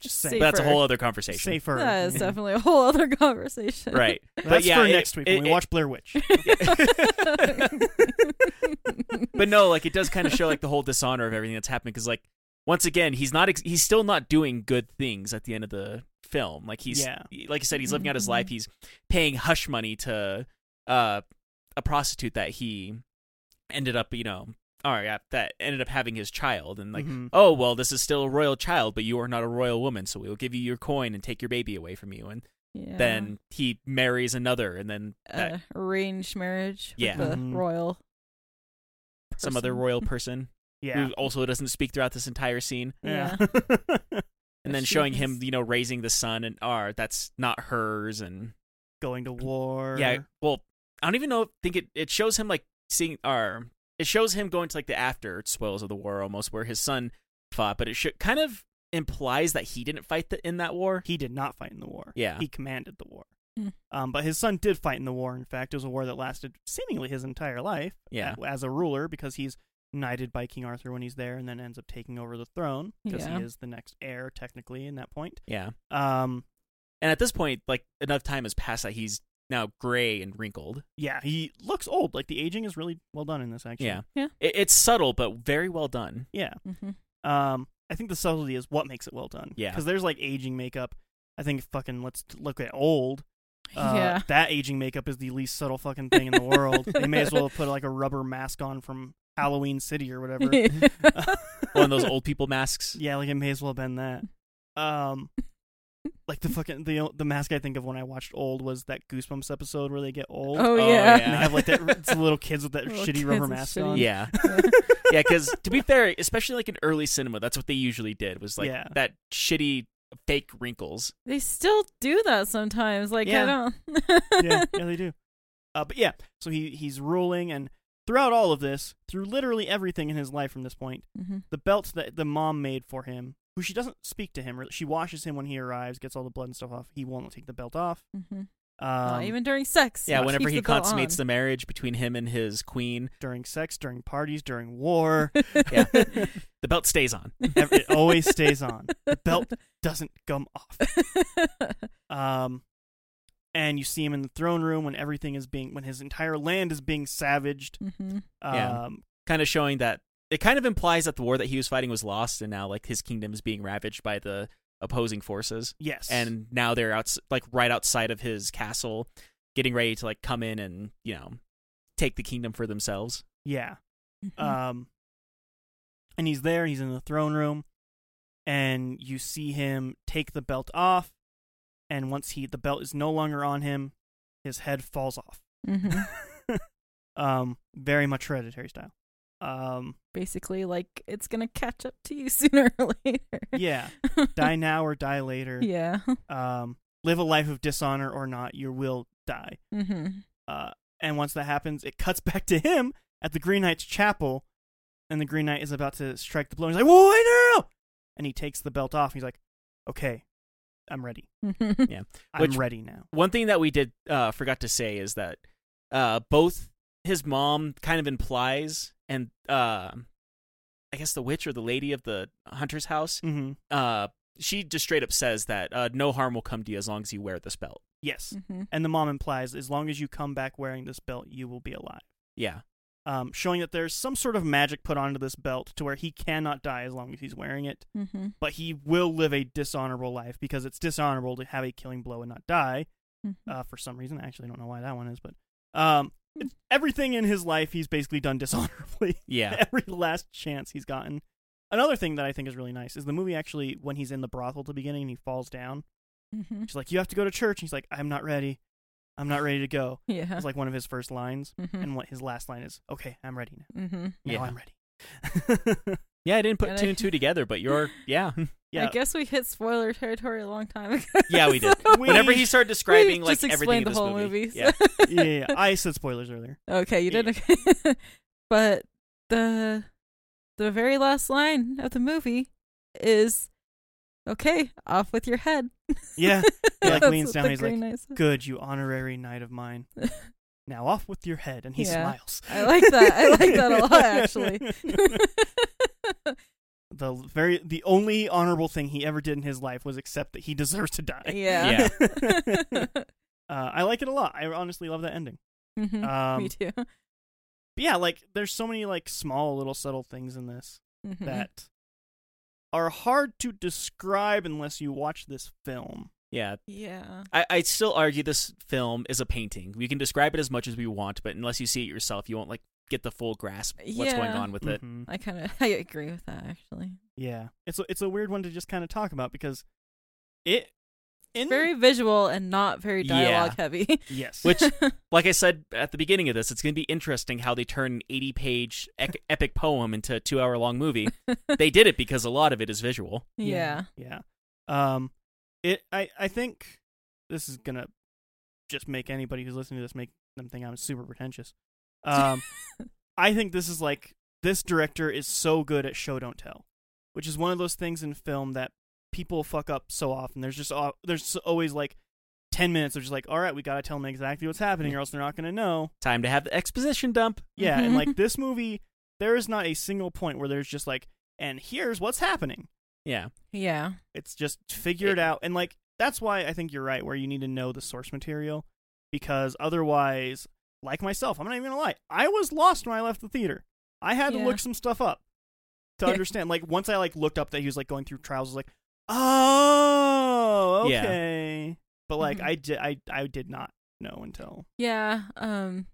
B: Just saying.
C: Safer.
A: That's a whole other
B: [laughs]
A: conversation.
B: Safer.
C: that is definitely a whole other conversation. [laughs]
A: Right.
B: That's
A: but yeah,
B: for
A: it-
B: next week
A: it-
B: when we
A: it-
B: watch Blair Witch.
A: but no, like it does kind of show like the whole dishonor of everything that's happening because like once again he's not ex- he's still not doing good things at the end of the film. Like [laughs] he's
B: Yeah.
A: like you said he's living out his
C: Mhm.
A: life. He's paying hush money to uh, a prostitute that he ended up you know or yeah, that ended up having his child and like
B: Mhm.
C: Mm-hmm.
A: oh well this is still a royal child but you are not a royal woman so we will give you your coin and take your baby away from you and
C: Yeah.
A: then he marries another and then that,
C: uh, arranged marriage
A: Yeah.
C: with a
B: Mhm.
C: royal
A: some other
C: person. [laughs]
A: royal person
B: Yeah.
A: who also doesn't speak throughout this entire scene
B: Yeah.
A: and
C: But
A: then
C: she
A: showing him
C: is-
A: you know raising the son and r that's not hers and
B: [laughs] Going to war.
A: yeah well i don't even know think it it shows him like seeing r it shows him going to like the after spoils of the war almost where his son fought but it should kind of implies that he didn't fight the, in that war
B: He did not fight in the war.
A: Yeah.
B: He commanded the war.
C: Mm.
B: Um, but his son did fight in the war. In fact, it was a war that lasted seemingly his entire life.
A: Yeah.
B: a- As a ruler, because he's knighted by King Arthur when he's there, and then ends up taking over the throne because
C: Yeah.
B: he is the next heir technically in that point.
A: yeah
B: Um,
A: and at this point like enough time has passed that he's now gray and wrinkled
B: yeah, he looks old. Like the aging is really well done in this. Actually,
A: yeah
C: Yeah.
A: it, it's subtle but very well done
B: yeah.
C: Mhm.
B: Um, I think the subtlety is what makes it well done.
A: Yeah.
B: because there's like aging makeup. I think fucking let's t- look at old. Uh,
C: yeah.
B: that aging makeup is the least subtle fucking thing in the world. they may as well have put like a rubber mask on from Halloween City
C: [laughs]
B: or whatever.
A: [laughs] one of those old
B: [laughs]
A: people masks
B: Yeah, like it may as well have been that. Um, like the fucking the the mask I think of when I watched old was that Goosebumps episode where they get old.
C: Oh,
A: Oh,
C: yeah.
B: And they
A: yeah.
B: have like that it's the little kids with
C: [laughs]
B: that
C: Little
B: shitty
C: kids
B: rubber
C: with
B: mask
C: shitty-
B: on.
A: yeah
C: [laughs]
A: yeah, because to be fair, especially like in early cinema, that's what they usually did was like
B: Yeah.
A: that shitty fake wrinkles.
C: They still do that sometimes. Like
B: Yeah.
C: I don't.
B: yeah,
C: [laughs]
B: yeah, they do. Uh, but yeah, so he he's ruling, and throughout all of this, through literally everything in his life from this point,
C: Mhm.
B: the belt that the mom made for him, who she doesn't speak to him, or she washes him when he arrives, gets all the blood and stuff off. He won't take the belt off.
C: Mhm.
B: Um,
C: Not even during sex.
A: yeah,
C: Keeps
A: whenever he
C: the belt
A: consummates
C: on.
A: the marriage between him and his queen,
B: during sex, during parties, during war,
A: yeah, the belt stays on.
B: ev- it always stays on. The belt doesn't come off. Um, and you see him in the throne room when everything is being, when his entire land is being savaged.
C: Mhm.
B: Um,
A: Yeah. Kind of showing that it kind of implies that the war that he was fighting was lost, and now like his kingdom is being ravaged by the opposing forces,
B: Yes.
A: and now they're out like right outside of his castle, getting ready to like come in and you know take the kingdom for themselves.
B: yeah.
C: Mhm.
A: Uh,
B: Um, and he's there. He's in the throne room, and you see him take the belt off. And once he the belt is no longer on him, his head falls off.
C: [laughs] Mhm.
B: [laughs] Um, very much hereditary style. Um,
C: Basically, like it's gonna catch up to you [laughs] sooner or later.
B: yeah, die now or die later.
C: Yeah. [laughs]
B: Um, live a life of dishonor or not, you will die.
C: hmm
B: Uh, and once that happens, it cuts [laughs] back to him at the Green Knight's chapel, and the Green Knight is about to strike the blow. He's like, "Whoa, wait, no, no, no!" And he takes the belt off. He's like, "Okay, I'm ready.
C: mm-hmm.
A: Yeah.
B: I'm
A: Which-
B: ready now."
A: one thing that we did uh, forgot to say is that uh, both his mom kind of implies, and uh, I guess the witch or the lady of the hunter's house,
B: Mm-hmm.
A: uh, she just straight up says that uh, no harm will come to you as long as you wear this belt.
B: Yes.
C: hmm
B: And the mom implies, "As long as you come back wearing this belt, you will be alive."
A: Yeah,
B: Um, showing that there's some sort of magic put onto this belt to where he cannot die as long as he's wearing it,
C: hmm
B: but he will live a dishonorable life because it's dishonorable to have a killing blow and not die.
C: mm-hmm,
B: uh, for some reason. I actually don't know why that one is, but um,
A: Hmm.
B: it's- everything in his life he's basically done [laughs] dishonorably.
C: [laughs]
A: yeah,
B: [laughs] Every last chance he's gotten. Another thing that I think is really nice is the movie actually when he's in the brothel at the beginning and he falls down.
C: hmm
B: She's like, "You have to go to church." And he's like, "I'm not ready. I'm not ready to go."
C: [laughs] Yeah.
B: It's like one of his first lines,
A: [laughs]
C: mm-hmm.
B: and what his last line is, "Okay, I'm ready now.
C: mm-hmm.
B: Now
A: Yeah.
B: I'm ready." [laughs]
A: Yeah, I didn't put
C: And I-
A: two and two together, but
C: [laughs]
A: you're yeah,
B: yeah.
C: I guess we hit spoiler territory a long time ago. [laughs]
A: yeah, we did.
B: We-
A: [laughs] Whenever he started describing
C: we
A: like
C: just
A: everything in
C: explained the
A: this
C: whole
A: movie,
C: movie.
A: yeah,
B: yeah, yeah, yeah. I said spoilers earlier.
C: [laughs] Okay, you did. Okay. [laughs] but the the very last line of the movie is okay, off with your head. [laughs]
A: [laughs]
B: Yeah. He like
C: That's
B: leans
C: what
B: down.
C: the
B: He's like,
C: Green Knight says.
B: "Good, you honorary knight of
A: [laughs]
B: mine. Now off with your head." And he
C: Yeah.
B: smiles.
C: I like that. I like that
B: [laughs]
C: a lot, actually. [laughs]
B: the very the only honorable thing he ever did in his life was accept that he deserves to die.
C: yeah. [laughs]
B: Uh, I like it a lot. I honestly love that ending.
C: Mhm, [laughs]
B: Um,
C: Me too. [laughs]
B: but yeah, like there's so many like small little subtle things in this
C: Mhm.
B: that are hard to describe unless you watch this film.
A: yeah.
C: Yeah.
A: I, I still argue this film is a painting. We can describe it as much as we want, but unless you see it yourself, you won't like get the full grasp of what's going
C: Yeah. Mm-hmm.
A: on with it.
B: Mhm.
C: I kind of [laughs] I agree with that actually.
B: Yeah, it's a, it's a weird one to just kind of talk about because it in
C: Very visual and not very
A: Mm. Yeah.
C: dialogue
A: [laughs]
C: heavy. [laughs]
B: yes
A: Which, like I said at the beginning of this, it's going to be interesting how they turn an 80 page
C: [laughs]
A: ec- epic poem into a two hour long movie. they did it because a lot of it is visual.
C: yeah.
B: yeah um it I I think this is gonna just make anybody who's listening to this make them think I'm super pretentious. Um, I think this is like this director is so good at show don't tell, which is one of those things in film that people fuck up so often. There's just al- there's always like ten minutes of just like, all right, we gotta tell them exactly what's happening, or else they're not gonna know.
A: Time to have the exposition dump.
B: Yeah, and
C: Mhm.
B: like this movie, there is not a single point where there's just like, and here's what's happening.
A: Yeah.
C: Yeah.
B: It's just figure it
A: It-
B: out, and like that's why I think you're right, where you need to know the source material, because otherwise, like myself, I'm not even gonna lie, I was lost when I left the theater. I had to
C: Yeah.
B: look some stuff up to
C: Yeah.
B: understand. Like once I like looked up that he was like going through trials, I was like, oh,
A: Yeah. Mm-hmm.
B: okay. But like
C: Mhm.
B: I did, I I did not know until
C: Yeah. Um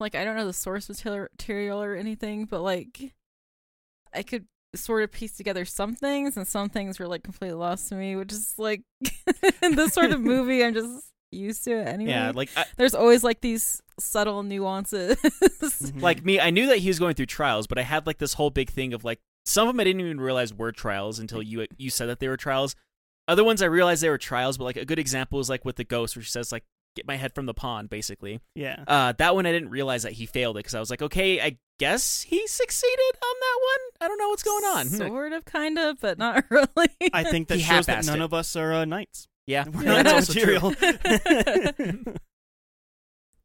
C: like I don't know the source mater- material or anything, but like I could sort of piece together some things and some things were like completely lost to me, which is like [laughs] in this sort of movie I'm just used to it anyway.
A: Yeah. Like, I,
C: There's always like these subtle nuances. [laughs]
B: Mhm.
A: like me, I knew that he was going through trials, but I had like this whole big thing of like some of them I didn't even realize were trials until you you said that they were trials. Other ones I realized they were trials, but like a good example is like with the ghost, where she says like "get my head from the pond," basically.
B: yeah.
A: Uh, that one I didn't realize that he failed it because I was like, okay, I guess he succeeded on that one. I don't know what's going on. Hmm.
C: Sort of kind of, but not [laughs] really.
B: I think that
A: [laughs] He
B: shows that
A: half-assed
B: none
A: it.
B: of us are uh,
A: [laughs]
B: knights.
A: [laughs]
B: [laughs]
A: yeah,
B: We're
A: No,
B: not
A: that's also true.
B: material.
A: [laughs]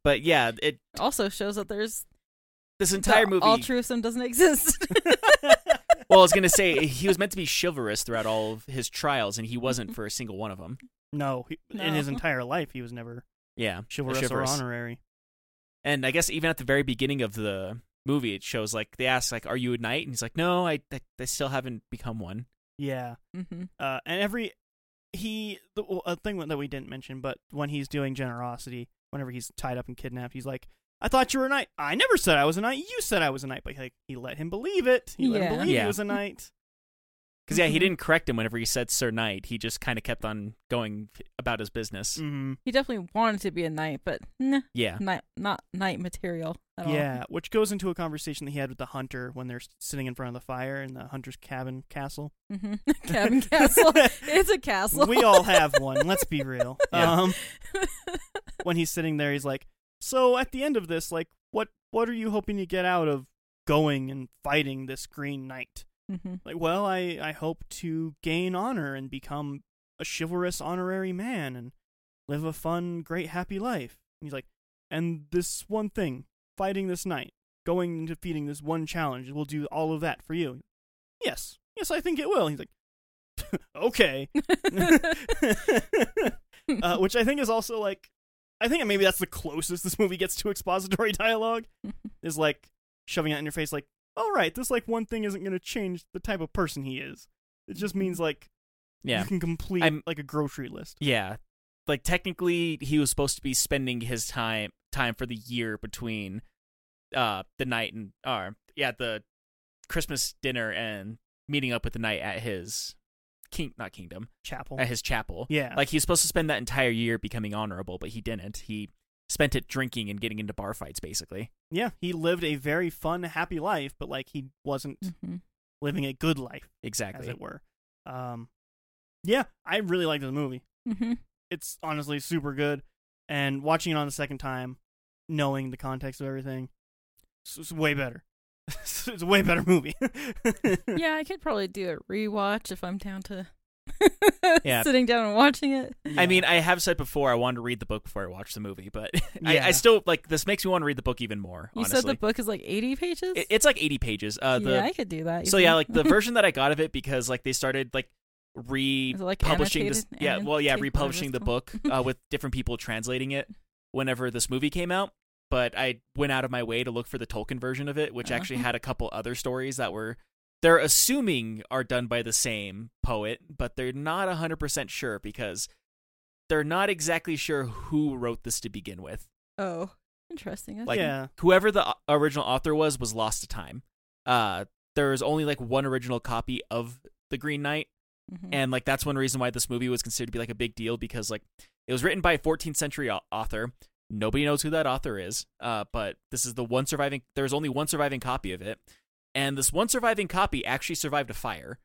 A: But yeah, it
C: also shows that there's
A: this entire
C: the
A: movie. [laughs]
C: altruism doesn't exist. [laughs]
A: well, I was gonna say he was meant to be chivalrous throughout all of his trials, and he wasn't for a single one of them.
B: [laughs] no, he, in his
C: No.
B: entire life, he was never
A: Yeah,
B: chivalrous,
A: Chivalrous.
B: or honorary.
A: and I guess even at the very beginning of the movie, it shows like they ask like, "Are you a knight?" And he's like, "No, I I, I still haven't become one."
B: Yeah,
C: mm-hmm.
B: uh, and every he the well, a thing that we didn't mention, but when he's doing generosity, whenever he's tied up and kidnapped, he's like, "I thought you were a knight. I never said I was a knight. You said I was a knight." But he, like he let him believe it. He let
C: Yeah.
B: him believe
A: Yeah.
B: he was a
A: [laughs]
B: knight.
A: Because yeah, he
B: Mm-hmm.
C: Mhm.
A: didn't correct him whenever he said "Sir Knight." He just kind of kept on going about his business.
B: mm-hmm.
C: He definitely wanted to be a knight, but nah,
A: Yeah,
C: not not knight material at all.
B: Yeah, which goes into a conversation that he had with the hunter when they're sitting in front of the fire in the hunter's cabin castle.
C: [laughs] hmm Cabin
A: [laughs]
C: castle. It's a castle.
B: [laughs] we all have one. Let's be
C: [laughs]
B: real.
A: Yeah.
B: Um, [laughs] when he's sitting there, he's like, "So at the end of this, like, what what are you hoping to get out of going and fighting this Green Knight?
C: [laughs] hmm
B: Like, well, I I hope to gain honor and become a chivalrous honorary man and live a fun, great, happy life." And he's like, "And this one thing, fighting this knight, going and defeating this one challenge, will do all of that for you." Yes, yes, I think it will. He's like. [laughs] okay
C: Mm-hmm.
B: [laughs] uh, which I think is also like, I think maybe that's the closest this movie gets to expository [laughs]
A: [laughs]
B: dialogue is like shoving it in your face, like, all right, this like one thing isn't going to change the type of person he is. It just means like
A: Mm-hmm. yeah.
B: you can complete
A: I'm-
B: like a grocery list.
A: Yeah. Like technically he was supposed to be spending his time time for the year between uh the night and uh yeah, the Christmas dinner and meeting up with the knight at his king not kingdom,
B: Chapel.
A: at his chapel.
B: Yeah.
A: Like he was supposed to spend that entire year becoming honorable, but he didn't. He spent it drinking and getting into bar fights, basically.
B: Yeah, he lived a very fun, happy life, but like he wasn't
C: hmm
B: living a good life,
A: Mm. Exactly.
B: as it were. Um, yeah, I really like this movie.
C: hmm
B: It's honestly super good, and watching it on the second time, knowing the context of everything, it's, it's way better. [laughs] it's a way better movie. [laughs]
C: Yeah, I could probably do a rewatch if I'm down to [laughs]
A: Yeah.
C: sitting down and watching it.
A: I mean, I have said before I wanted to read the book before I watched the movie, but [laughs] I,
B: Yeah.
A: I still like this makes me want to read the book even more.
C: You
A: honestly.
C: said the book is like 80 pages?
A: It- it's like 80 pages. Uh, the
C: yeah, I could do that.
A: so
C: easily.
A: yeah,
C: [laughs]
A: like the version that I got of it because like they started like re
C: Is it, like,
A: publishing this.
C: annotated?
A: Yeah, well, yeah,
C: Annotate-
A: republishing the
C: whatever
A: book
C: it's [laughs]
A: uh, with different people translating it whenever this movie came out. But I went out of my way to look for the Tolkien version of it, which actually
C: Uh-huh.
A: had a couple other stories that were they're assuming are done by the same poet, but they're not hundred percent sure because they're not exactly sure who wrote this to begin with.
C: Oh, interesting.
A: like [laughs]
B: Yeah.
A: whoever the o- original author was was lost to time. Uh, there was only like one original copy of the Green Knight,
C: Mhm.
A: and like that's one reason why this movie was considered to be like a big deal because like it was written by a 14th century au- author. Nobody knows who that author is, uh, but this is the one surviving. There's only one surviving copy of it, and this one surviving copy actually survived a fire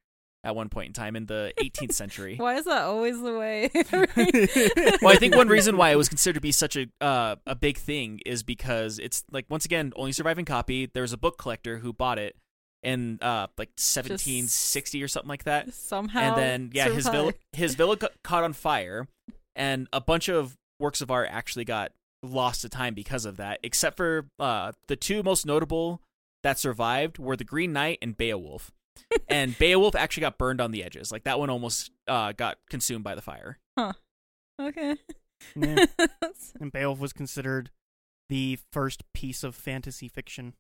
A: at one point in time in the 18th century.
C: Why is that always the way? [laughs]
A: [laughs] well, I think one reason why it was considered to be such a uh, a big thing is because it's like once again only surviving copy. There was a book collector who bought it in uh, like 1760 or something like that,
C: Somehow.
A: and then yeah, his
C: [laughs]
A: villa
C: survived.
A: his villa ca- caught on fire, and a bunch of works of art actually got lost to time because of that. Except for uh, the two most notable that survived were the Green Knight and Beowulf. and Beowulf actually got burned on the edges. Like that one almost uh, got consumed by the fire.
C: Okay.
B: Yeah.
C: [laughs]
B: And Beowulf was considered the first piece of fantasy fiction.
A: Yeah.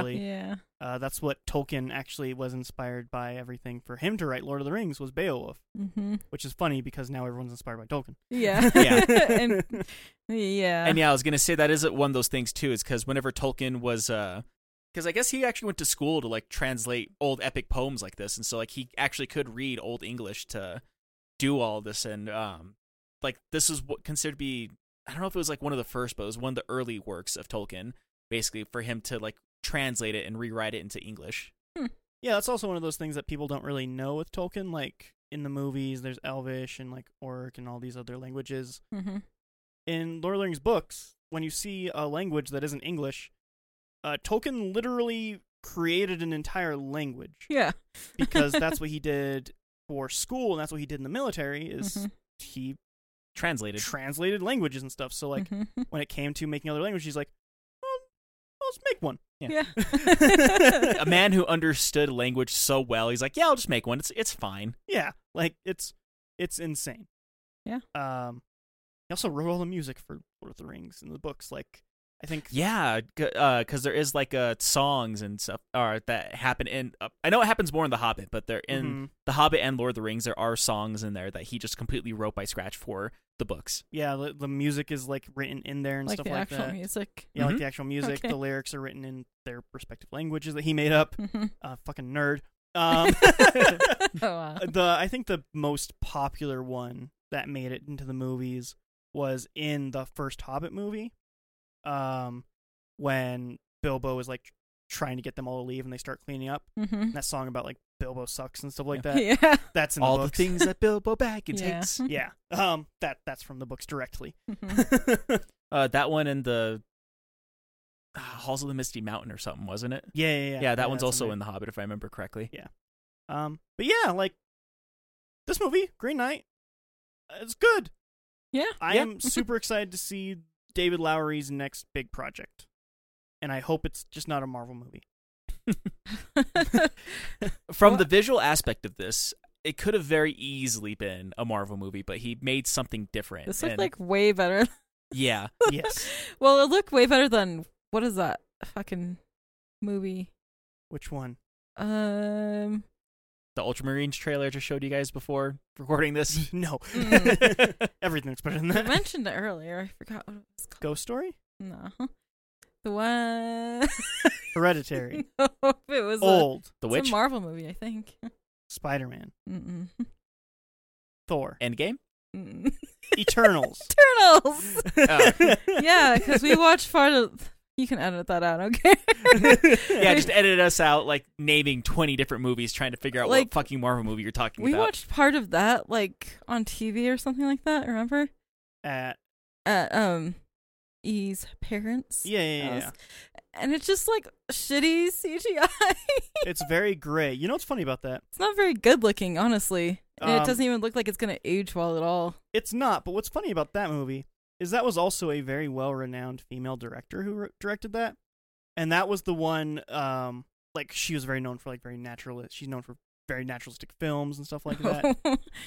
B: Really,
C: yeah.
B: uh, that's what Tolkien actually was inspired by. Everything for him to write Lord of the Rings was Beowulf,
C: Mm-hmm.
B: which is funny because now everyone's inspired by Tolkien.
C: Yeah.
A: [laughs] Yeah.
C: [laughs] and, yeah.
A: And yeah, I was gonna say that is one of those things too, is because whenever Tolkien was, because I guess he actually went to school to like translate old epic poems like this, and so like he actually could read old English to do all this, and um, like this is what considered to be, I don't know if it was like one of the first, but it was one of the early works of Tolkien, basically for him to like translate it and rewrite it into English.
B: Yeah, that's also one of those things that people don't really know with Tolkien. Like in the movies, there's Elvish and like Orc and all these other languages.
C: Mhm.
B: In Lord of the Rings books, when you see a language that isn't English, uh, Tolkien literally created an
C: [laughs]
B: entire language
C: Yeah.
B: because that's what he did for school and that's what he did in the military. Is
C: Mhm.
B: he
A: Translated.
B: translated languages and stuff. So like
C: Mhm.
B: when it came to making other languages, he's like, um, let's make one.
C: yeah.
A: [laughs] a man who understood language so well, he's like, yeah, I'll just make one. It's it's fine.
B: Yeah, like it's it's insane.
C: Yeah.
B: Um, he also wrote all the music for Lord of the Rings and the books. Like, I think
A: Yeah, because there is like uh, songs and stuff or that happen in. Uh, I know it happens more in The Hobbit, but they're in
B: Mhm.
A: The Hobbit and Lord of the Rings. There are songs in there that he just completely wrote by scratch for the books.
B: yeah, the, the music is like written in there
C: [laughs]
B: and
C: like
B: stuff
C: the
B: like
C: actual
B: that.
C: music.
B: Yeah, like
A: Mhm.
B: the actual music.
C: Okay.
B: The lyrics are written in their respective languages that he made up.
C: [laughs] Mhm.
B: Uh, fucking nerd.
C: [laughs]
B: Um,
C: oh, wow.
B: the I think the most popular one that made it into the movies was in the first Hobbit movie, um, when Bilbo is like tr- trying to get them all to leave and they start cleaning up.
C: Mhm.
B: And that song about like Bilbo sucks and stuff like that.
C: Yeah.
B: That's in
A: All
B: the,
A: the,
B: books.
A: things that Bilbo Baggins
C: Yeah.
A: hates.
B: yeah, um, that that's from the books directly.
C: Mhm.
A: [laughs] Uh, that one and the uh, Halls of the Misty Mountain or something, wasn't it?
B: yeah, yeah, yeah.
A: Yeah, that one's also in
B: The-
A: The Hobbit, if I remember correctly.
B: um, but yeah, like this movie, Green Knight, uh, it's good.
C: Yeah.
B: I
C: [laughs]
A: Yeah.
B: am super excited to see David Lowery's next big project. And I hope it's just not a Marvel movie.
A: From
C: Well,
A: the visual aspect of this, it could have very easily been a Marvel movie, but he made something
C: [laughs]
A: different.
C: this looked
A: and-
C: like way better. [laughs]
A: yeah,
B: Yes.
C: Well, it looked way better than what is that fucking movie? [laughs]
B: Which one? [laughs]
A: [laughs]
C: Um,
A: the Ultramarines trailer I just showed you guys before
C: [laughs]
A: recording this.
B: no.
C: Mm.
B: [laughs]
C: [laughs]
B: Everything's better than
C: I
B: that.
C: mentioned it earlier. I forgot what it was called.
B: Ghost Story?
C: No, the one. [laughs]
B: Hereditary.
C: no, it was a,
B: Old.
A: The
C: it's
A: Witch,
C: a [laughs] Marvel movie, I think.
B: Spider Man.
C: Mm-mm.
B: Thor.
C: [laughs]
A: Endgame.
C: Mm. [laughs]
B: Eternals. [laughs]
C: Eternals.
A: Oh.
C: yeah, [laughs] because we watched part of. You can edit that out, okay? [laughs]
A: Yeah, just edit us out like naming twenty different movies, trying to figure out
C: Like,
A: what fucking Marvel movie you're talking
C: we
A: about.
C: watched part of that like on TV or something like that. Remember?
B: At
C: At um, E's parents.
B: yeah, yeah, yeah, yeah.
C: Yes. And it's just like shitty CGI.
B: It's very gray. You know what's funny about that?
C: [laughs] It's not very good looking, honestly. And
B: Um,
C: it doesn't even look like it's gonna age well at all.
B: It's not. But what's funny about that movie is that was also a very well-renowned female director who re- directed that, and that was the one. Um, like she was very known for like very naturalist. She's known for very naturalistic films
C: [laughs]
B: and stuff like that.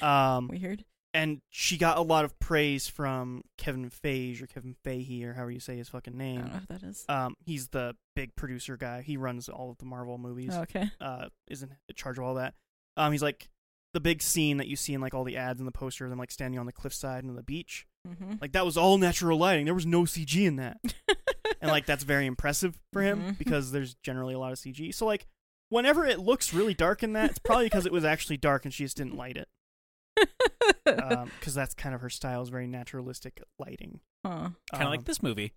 B: Um,
C: Weird.
B: and she got a lot of praise from Kevin Feige or Kevin Feige or however you say his fucking
C: I
B: name.
C: don't know what that is.
B: Um, he's the big producer guy. He runs all of the Marvel movies.
C: Oh, okay.
B: Uh, is in charge of all that. Um, he's like the big scene that you see in like all the ads and the poster of them like standing on the cliffside and the beach.
C: Mm-hmm.
B: Like that was all natural lighting. There was no CG in that,
C: [laughs]
B: and like that's very impressive for him
C: Mhm.
B: because there's generally a lot of CG. So like, whenever it looks really dark in that, it's probably because it was actually dark and she just didn't light it. Because that's kind of her style is very naturalistic lighting.
C: huh.
A: kind of
B: Um,
A: like this movie.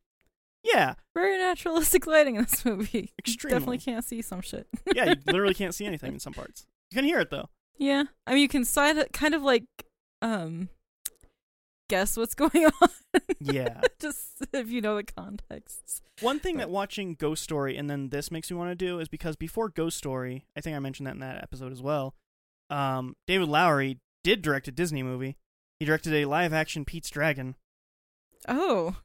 B: Yeah,
C: Very naturalistic lighting in this movie. You
B: Extremely.
C: Definitely can't see some shit.
B: yeah. You literally can't see anything in some parts. You can hear it though.
C: [laughs] Yeah, I mean, you can side kind of like um guess what's [laughs] going on.
B: Yeah.
C: [laughs] just if you know the context.
B: One thing that
C: But-
B: watching Ghost Story and then this makes me want to do is because before Ghost Story, I think I mentioned that in that episode as well. Um, David Lowery did direct a Disney movie. He directed a live action Pete's Dragon
C: Oh,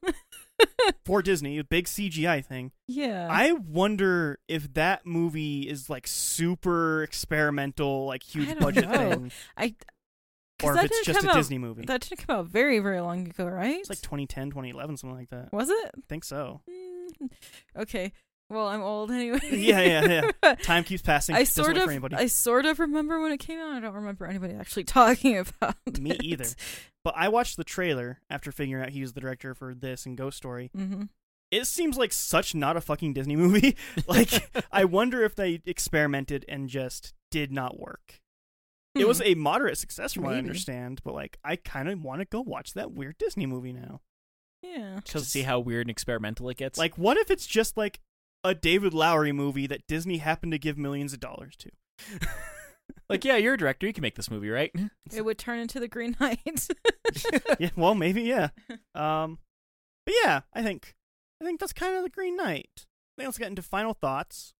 C: [laughs]
B: for Disney, a big CGI thing.
C: yeah.
B: I wonder if that movie is like super experimental, like huge
C: don't
B: budget
C: know.
B: thing,
C: 'Cause
B: or if
C: that
B: it's
C: didn't
B: just
C: come
B: a
C: out-
B: Disney movie.
C: That didn't come out very very long ago, right?
B: It's like 2010, 2011, something like that.
C: was it?
B: I think so.
C: Mm, okay. Well, I'm old anyway.
B: Yeah,
C: [laughs]
B: yeah,
C: yeah.
B: Time keeps passing.
C: I
B: It doesn't
C: sort
B: wait
C: of,
B: for anybody.
C: I sort of remember when it came out. I don't remember anybody actually [laughs] talking about [laughs]
B: Me either. But I watched the trailer after figuring out he was the director for this and Ghost Story.
C: Mm-hmm.
B: It seems like such not a fucking Disney [laughs] movie. like, I wonder if they experimented and just did not work. It
C: Mm-hmm.
B: was a moderate success from what I
C: Hmm. Maybe.
B: understand, but like, I kind of want to go watch that weird Disney movie now.
C: yeah.
A: Just to see how weird and experimental it gets.
B: Like, what if it's just like a David Lowery movie that Disney happened to give millions of dollars to?
A: like yeah, you're a director. You can make this movie, right?
C: It would turn into the Green [laughs]
B: [laughs]
C: Knight.
B: yeah, well, maybe, yeah. Um, but yeah, I think I think that's kind of the Green Knight. I think let's get into final thoughts.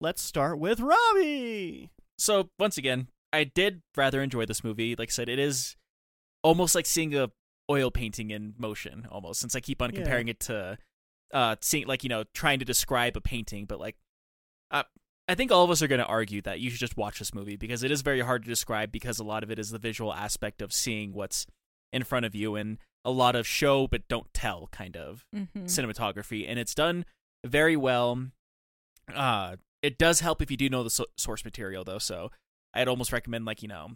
B: Let's start with Robbie.
A: so once again, I did rather enjoy this movie. Like I said, it is almost like seeing a oil painting in motion, almost. Since I keep on
B: Yeah.
A: comparing it to uh, seeing like you know trying to describe a painting, but like, uh, I think all of us are going to argue that you should just watch this movie because it is very hard to describe because a lot of it is the visual aspect of seeing what's in front of you and a lot of show but don't tell kind of
C: mm-hmm.
A: cinematography, and it's done very well. Uh, it does help if you do know the so- source material, though. So I'd almost recommend, like you know,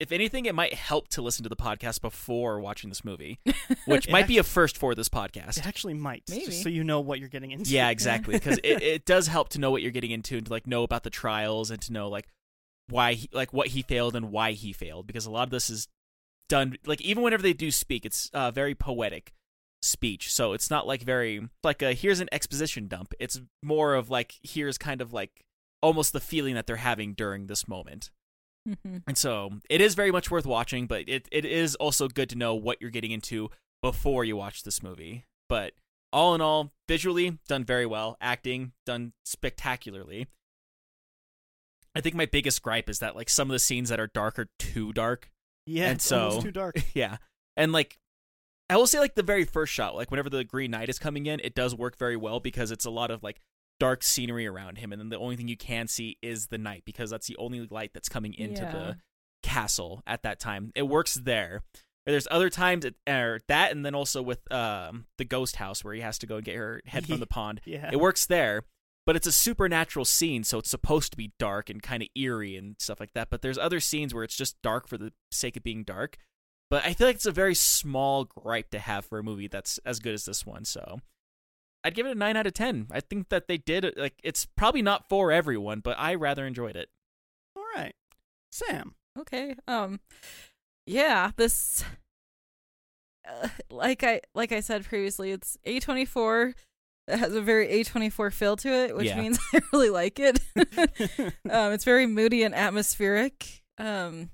A: if anything, it might help to listen to the podcast before watching this movie, which
B: It
A: might be a first for this podcast.
B: It actually might,
C: Maybe.
B: just so you know what you're getting into. [laughs]
A: Yeah, exactly, because it, it does help to know what you're getting into and to like know about the trials and to know like why he, like what he failed and why he failed because a lot of this is done like even whenever they do speak it's uh, very poetic speech so it's not like very like a here's an exposition dump it's more of like here's kind of like almost the feeling that they're having during this moment
C: Mm-hmm.
A: and so it is very much worth watching but it, it is also good to know what you're getting into before you watch this movie but all in all visually done very well acting done spectacularly i think my biggest gripe is that like some of the scenes that are dark are too dark
B: Yeah,
A: And
B: it's
A: so-
B: almost too
A: [laughs]
B: dark.
A: yeah. And like I will say like the very first shot, like whenever the Green Knight is coming in, it does work very well because it's a lot of like dark scenery around him and then the only thing you can see is the night because that's the only light that's coming into
C: Yeah.
A: the castle at that time. It works there. There's other times it, er, that and then also with um the ghost house where he has to go and get her head from the pond.
B: Yeah,
A: It works there, but it's a supernatural scene, so it's supposed to be dark and kind of eerie and stuff like that. But there's other scenes where it's just dark for the sake of being dark. But I feel like it's a very small gripe to have for a movie that's as good as this one. So I'd give it a nine out of ten. I think that they did like it's probably not for everyone, but I rather enjoyed
C: [laughs]
A: it.
B: All right, Sam.
C: Okay. Um. Yeah. This uh, like I like I said previously, it's A24. It has a very A24 feel to it, which
A: Yeah.
C: means [laughs] I really like it. um, it's very moody and atmospheric. Um,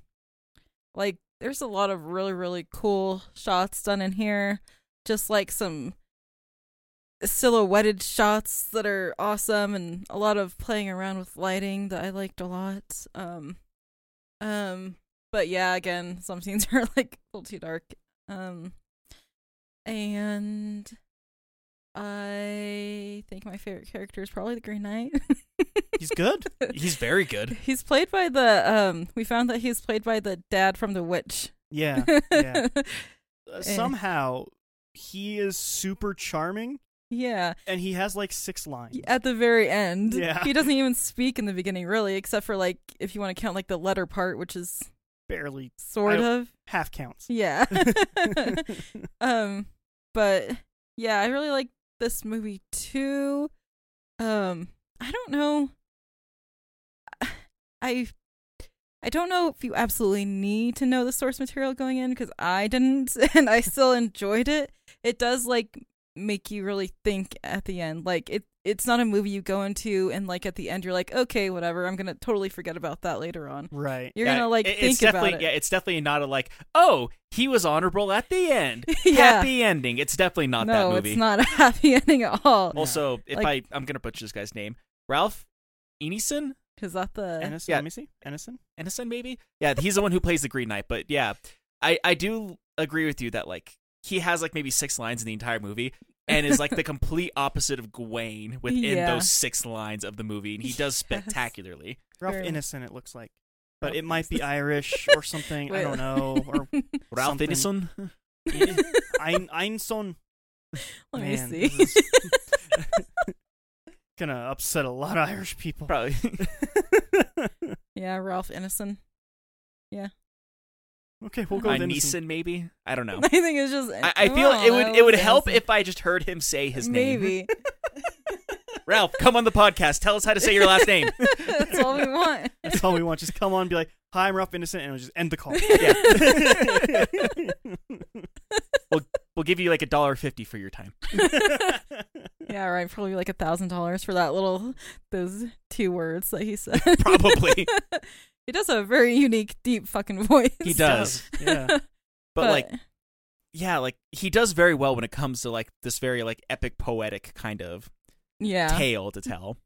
C: like there's a lot of really really cool shots done in here, just like some silhouetted shots that are awesome, and a lot of playing around with lighting that I liked a lot. Um, um, but yeah, again, some scenes [laughs] are like a little too dark. Um, and I think my favorite character is probably the Green
B: [laughs]
C: Knight. [laughs]
B: He's
A: [laughs]
B: good.
A: He's very good.
C: He's played by the um. We found that he's played by the dad from The Witch.
B: Yeah.
A: Eh.
B: yeah. Uh,
C: Eh.
B: somehow he is super charming
C: [laughs] Yeah,
B: and he has like six lines.
C: At the very end,
B: Yeah.
C: he doesn't even speak in the beginning, really, except for like if you want to count like the letter part, which is
B: Barely
C: sort
B: I-
C: of
B: half
A: [laughs]
B: counts. [laughs]
C: yeah. [laughs] um, but yeah, I really like this movie too. Um, I don't know. [sighs] I I don't know if you absolutely need to know the source material going in because I didn't, [laughs] and I still enjoyed it. It does like make you really think at the end. Like it, it's not a movie you go into and like at the end you're like, okay, whatever. I'm gonna totally forget about that later on.
B: right.
C: You're
A: Yeah,
C: gonna like
A: it- it's
C: think
A: definitely
C: about it.
A: yeah, it's definitely not a like, oh, he was honorable at the end.
C: [laughs] Yeah.
A: Happy ending. It's definitely not
C: no,
A: that movie.
C: it's not [laughs] a happy ending at all.
A: Also, if
C: Like-
A: I I'm gonna butcher this guy's name, Ralph Enison,
C: Is that the
B: Ennison,
A: yeah.
B: let me see. Ennison?
A: Enison maybe. Yeah, he's the one who plays the Green Knight. But yeah, I I do agree with you that like he has like maybe six lines in the entire movie. And is
C: [laughs]
A: like the complete opposite of Gawain within
C: Yeah.
A: those six lines of the movie, and he does
C: Yes.
A: spectacularly.
C: [laughs]
B: Ralph
C: Sure.
B: Innocent, it looks like. But
C: Ralph
B: it might be
C: Innocent. [laughs]
B: Irish or something. I
C: Wait.
B: don't know. Or
C: [laughs]
A: Ralph
B: Something.
A: Enison. [laughs]
B: Ein Einson.
C: Let
B: Man,
C: me see.
B: this
A: [laughs]
B: Gonna upset a lot of Irish people.
A: Probably.
C: [laughs]
A: [laughs]
C: yeah, Ralph Innocent.
B: [laughs] okay, we'll go with Innocent.
A: Enison, maybe. I don't know.
C: [laughs] I think it's just.
A: I, I feel
C: well,
A: it would
C: that
A: it would
C: was
A: help
C: innocent.
A: if I just heard him say his name.
C: maybe
A: [laughs] Ralph, come on the podcast. Tell us how to say your
C: [laughs]
A: last name.
C: That's all we want.
B: That's all we want. Just come on, and be like, "Hi, I'm Ralph Innocent," and we'll just end the
C: [laughs]
B: call.
A: [laughs] We'll give you like a dollar fifty for your time.
C: [laughs] [laughs]
B: [laughs]
C: Yeah, right. Probably like a thousand dollars for that little those two words that he said.
A: [laughs] Probably.
C: [laughs] he does have a very unique, deep fucking voice.
A: He does.
B: yeah.
A: But, like yeah, like he does very well when it comes to like this very like epic poetic kind of
C: yeah,
A: tale to tell.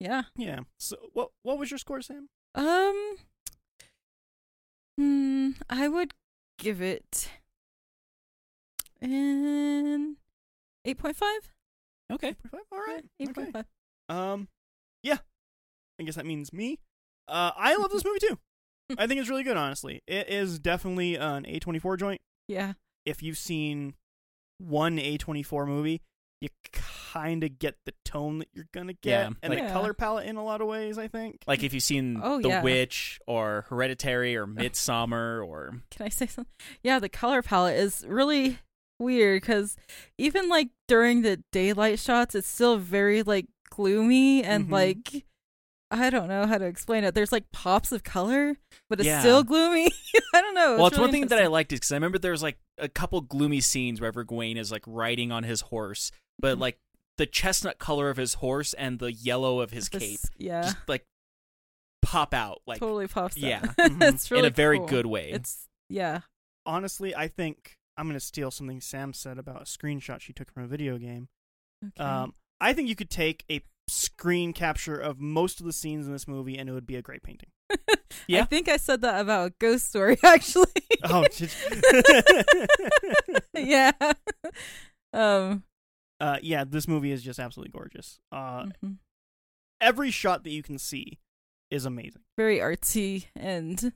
C: yeah.
B: Yeah. So what what was your score, Sam?
C: Um, hmm, I would give it an eight point five.
A: Okay.
B: All right.
C: eight
B: Okay.
C: point five.
B: Um yeah. I guess that means me. Uh I love
C: [laughs]
B: this movie too. I think it's really good, honestly. It is definitely an A24 joint.
C: Yeah,
B: If you've seen one A24 movie, you kind of get the tone that you're going to get
A: Yeah,
B: and
C: like-
B: the color palette in a lot of ways, I think.
A: Like if you've seen
C: Oh,
A: The
C: yeah.
A: Witch or Hereditary
C: [laughs]
A: or Midsummer or
C: can I say something? Yeah, the color palette is really weird because even like during the daylight shots, it's still very like gloomy and
A: Mm-hmm.
B: Mhm.
C: like I don't know how to explain it. There's like pops of color, but it's
A: Yeah.
C: still gloomy. [laughs] I don't know.
A: well, it's one
C: Oh, really
A: thing that I liked because I remember there was like a couple gloomy scenes wherever Gawain is like riding on his horse, but
C: Mhm.
A: like the chestnut color of his horse and the yellow of his
C: interesting.
A: cape
C: This- yeah,
A: just like pop out like
C: totally pops. up. [laughs]
A: yeah. mm-hmm.
C: it's really
A: in a very
C: cool.
A: good way.
C: It's yeah,
B: honestly, I think I'm going to steal something Sam said about a screenshot she took from a video game.
C: okay.
B: Um, I think you could take a screen capture of most of the scenes in this movie, and it would be a
C: [laughs]
B: great painting.
A: yeah.
C: I think I said that about Ghost Story [laughs]
B: [laughs]
C: actually.
B: Oh,
C: [laughs]
B: did-
C: yeah. Um.
B: uh, yeah, this movie is just absolutely gorgeous. Uh,
C: mhm.
B: every shot that you can see is amazing.
C: very artsy and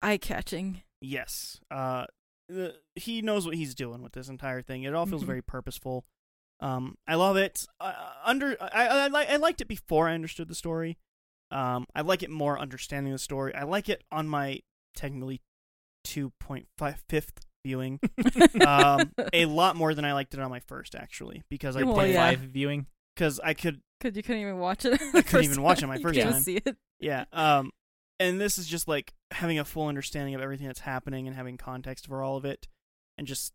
C: eye [laughs] catching.
B: Yes, uh, the, he knows what he's doing with this entire thing. It all feels
C: Mhm.
B: very purposeful. Um, I love it. Uh, under, I, I, I, li- I liked it before I understood the story. Um, I like it more understanding the story. I like it on my technically two point five fifth
C: [laughs]
B: viewing. [laughs] um, a lot more than I liked it on my first actually because I
C: Well,
B: played
C: yeah.
A: Live viewing.
B: because I could
C: Cause you couldn't even watch it. [laughs]
B: I couldn't even watch it my
C: You
B: first
C: couldn't even
B: time.
C: See it.
B: yeah um and this is just like having a full understanding of everything that's happening and having context for all of it and just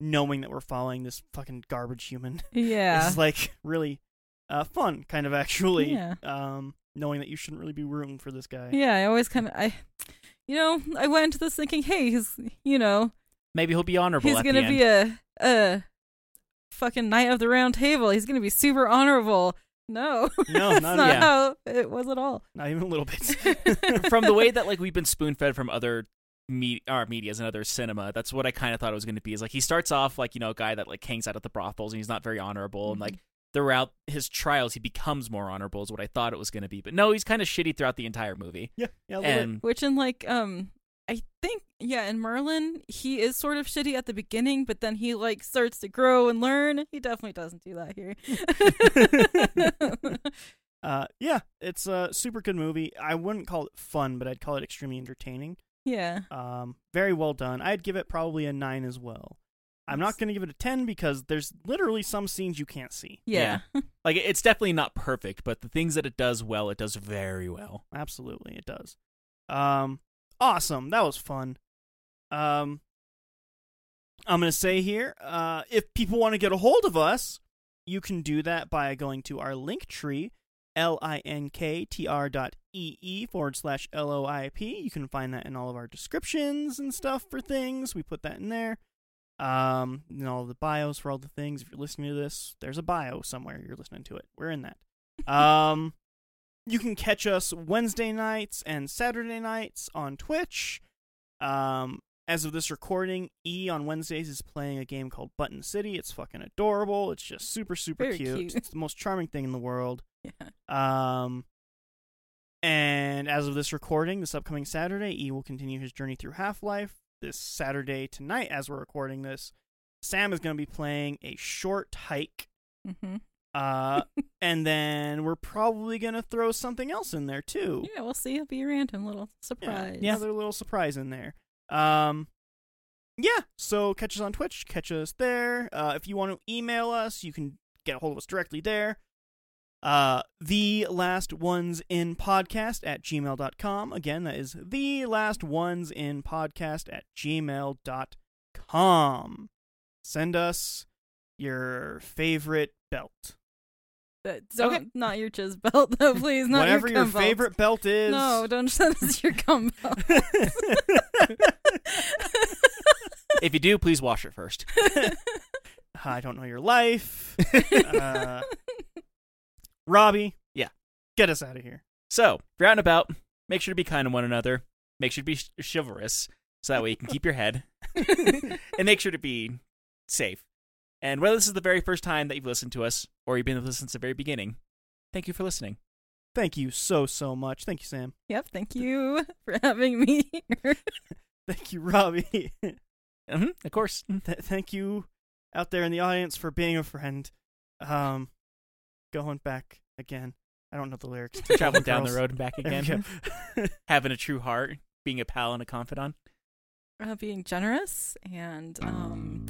B: knowing that we're following this fucking garbage human [laughs]
C: Yeah.
B: is like really uh, fun, kind of actually.
C: Yeah.
B: Um, knowing that you shouldn't really be rooting for this guy.
C: Yeah, I always kind of I you know, I went into this thinking, "Hey, he's you know,
A: Maybe he'll be honorable.
C: he's
A: at
C: going to
A: the
C: be
A: end.
C: a a fucking knight of the round table. He's going to be super honorable." No. [laughs]
B: No,
C: that's
B: not-
C: not,
A: yeah.
C: how it was at all.
B: Not even a
C: [laughs]
B: little bit. [laughs]
A: from the way that like we've been spoon fed from other me- our medias and other cinema. That's what I kind of thought it was going to be. Is like he starts off like you know a guy that like hangs out at the brothels and he's not very honorable and like throughout his trials he becomes more honorable is what I thought it was going to be. But no, he's kind of shitty throughout the entire movie.
B: Yeah, yeah, a little bit.
A: And
C: Which in like um I think yeah, in Merlin, he is sort of shitty at the beginning, but then he like starts to grow and learn. He definitely doesn't do that here. [laughs]
B: Uh, yeah, it's a super good movie. I wouldn't call it fun, but I'd call it extremely entertaining.
C: yeah.
B: Um, very well done. I'd give it probably a nine as well. I'm
C: Nice.
B: not going to give it a ten because there's literally some scenes you can't see.
C: Yeah.
A: like it's definitely not perfect, but the things that it does well, it does very well.
B: Absolutely, it does. Um, awesome. That was fun. Um, I'm gonna say here, uh, if people want to get a hold of us, you can do that by going to our link tree, l i n k t r dot e e forward slash l o i p. You can find that in all of our descriptions and stuff for things. We put that in there. Um, and all the bios for all the things. If you're listening to this, there's a bio somewhere you're listening to it. We're in that.
C: [laughs]
B: Um. You can catch us Wednesday nights and Saturday nights on Twitch. Um, as of this recording, E on Wednesdays is playing a game called Button City. It's fucking adorable. It's just super, super
C: Very
B: cute.
C: cute.
B: It's the most charming thing in the world.
C: [laughs] yeah.
B: Um, and as of this recording, this upcoming Saturday, E will continue his journey through Half Life. This Saturday tonight, as we're recording this, Sam is going to be playing a short hike
C: Mhm.
B: uh, and then we're probably gonna throw something else in there too.
C: [laughs] Yeah, we'll see. It'll be a random little surprise.
B: Yeah, another little surprise in there. Um, yeah. So catch us on Twitch. Catch us there. Uh, if you want to email us, you can get a hold of us directly there. Uh, the last ones in podcast at gmail.com. Again, that is the last ones in podcast at gmail.com. Send us your favorite belt.
C: But don't,
A: Okay.
C: Not your jizz belt, though, please. Not
B: Whatever
C: your,
B: your
C: cum belt.
B: favorite belt is.
C: No, don't send us your cum belt. [laughs]
A: if you do, please wash it first.
B: I don't know your
A: [laughs]
B: life. Uh, Robbie.
A: Yeah.
B: Get us out of here.
A: So, if you're out and about, make sure to be kind to one another. Make sure to be sh- chivalrous, so that way you can keep
B: [laughs]
A: your head, and make sure to be safe. And whether this is the very first time that you've listened to us, or you've been with us since the very beginning, thank you for listening.
B: Thank you so, so much. Thank you, Sam. [laughs]
C: yep, thank you for having me [laughs] here.
B: Thank you, Robbie. [laughs] Th-
A: hmm of course.
B: thank you out there in the audience for being a friend. Um, going back again. I don't know the lyrics. to
A: Traveling
B: Golden
A: down the
B: Girls.
A: road and back
B: There we
A: again,
B: go.
A: having a true heart, being a pal and a confidant,
C: Uh, being generous and um,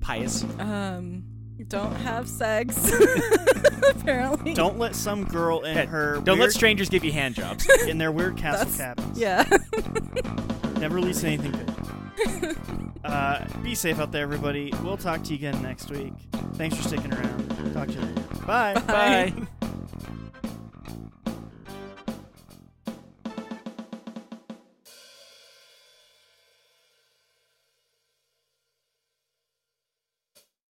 A: pious.
C: um, don't have sex, [laughs] apparently.
B: don't let some girl
A: [laughs]
B: in
A: Hey,
B: her
A: Don't let
B: weird,
A: strangers give you handjobs.
B: in their weird castle
C: That's-
B: cabins.
C: Yeah. [laughs]
B: Never release anything good. uh, be safe out there, everybody. We'll talk to you again next week. Thanks for sticking around. Talk to you later. [laughs] Bye.
A: Bye.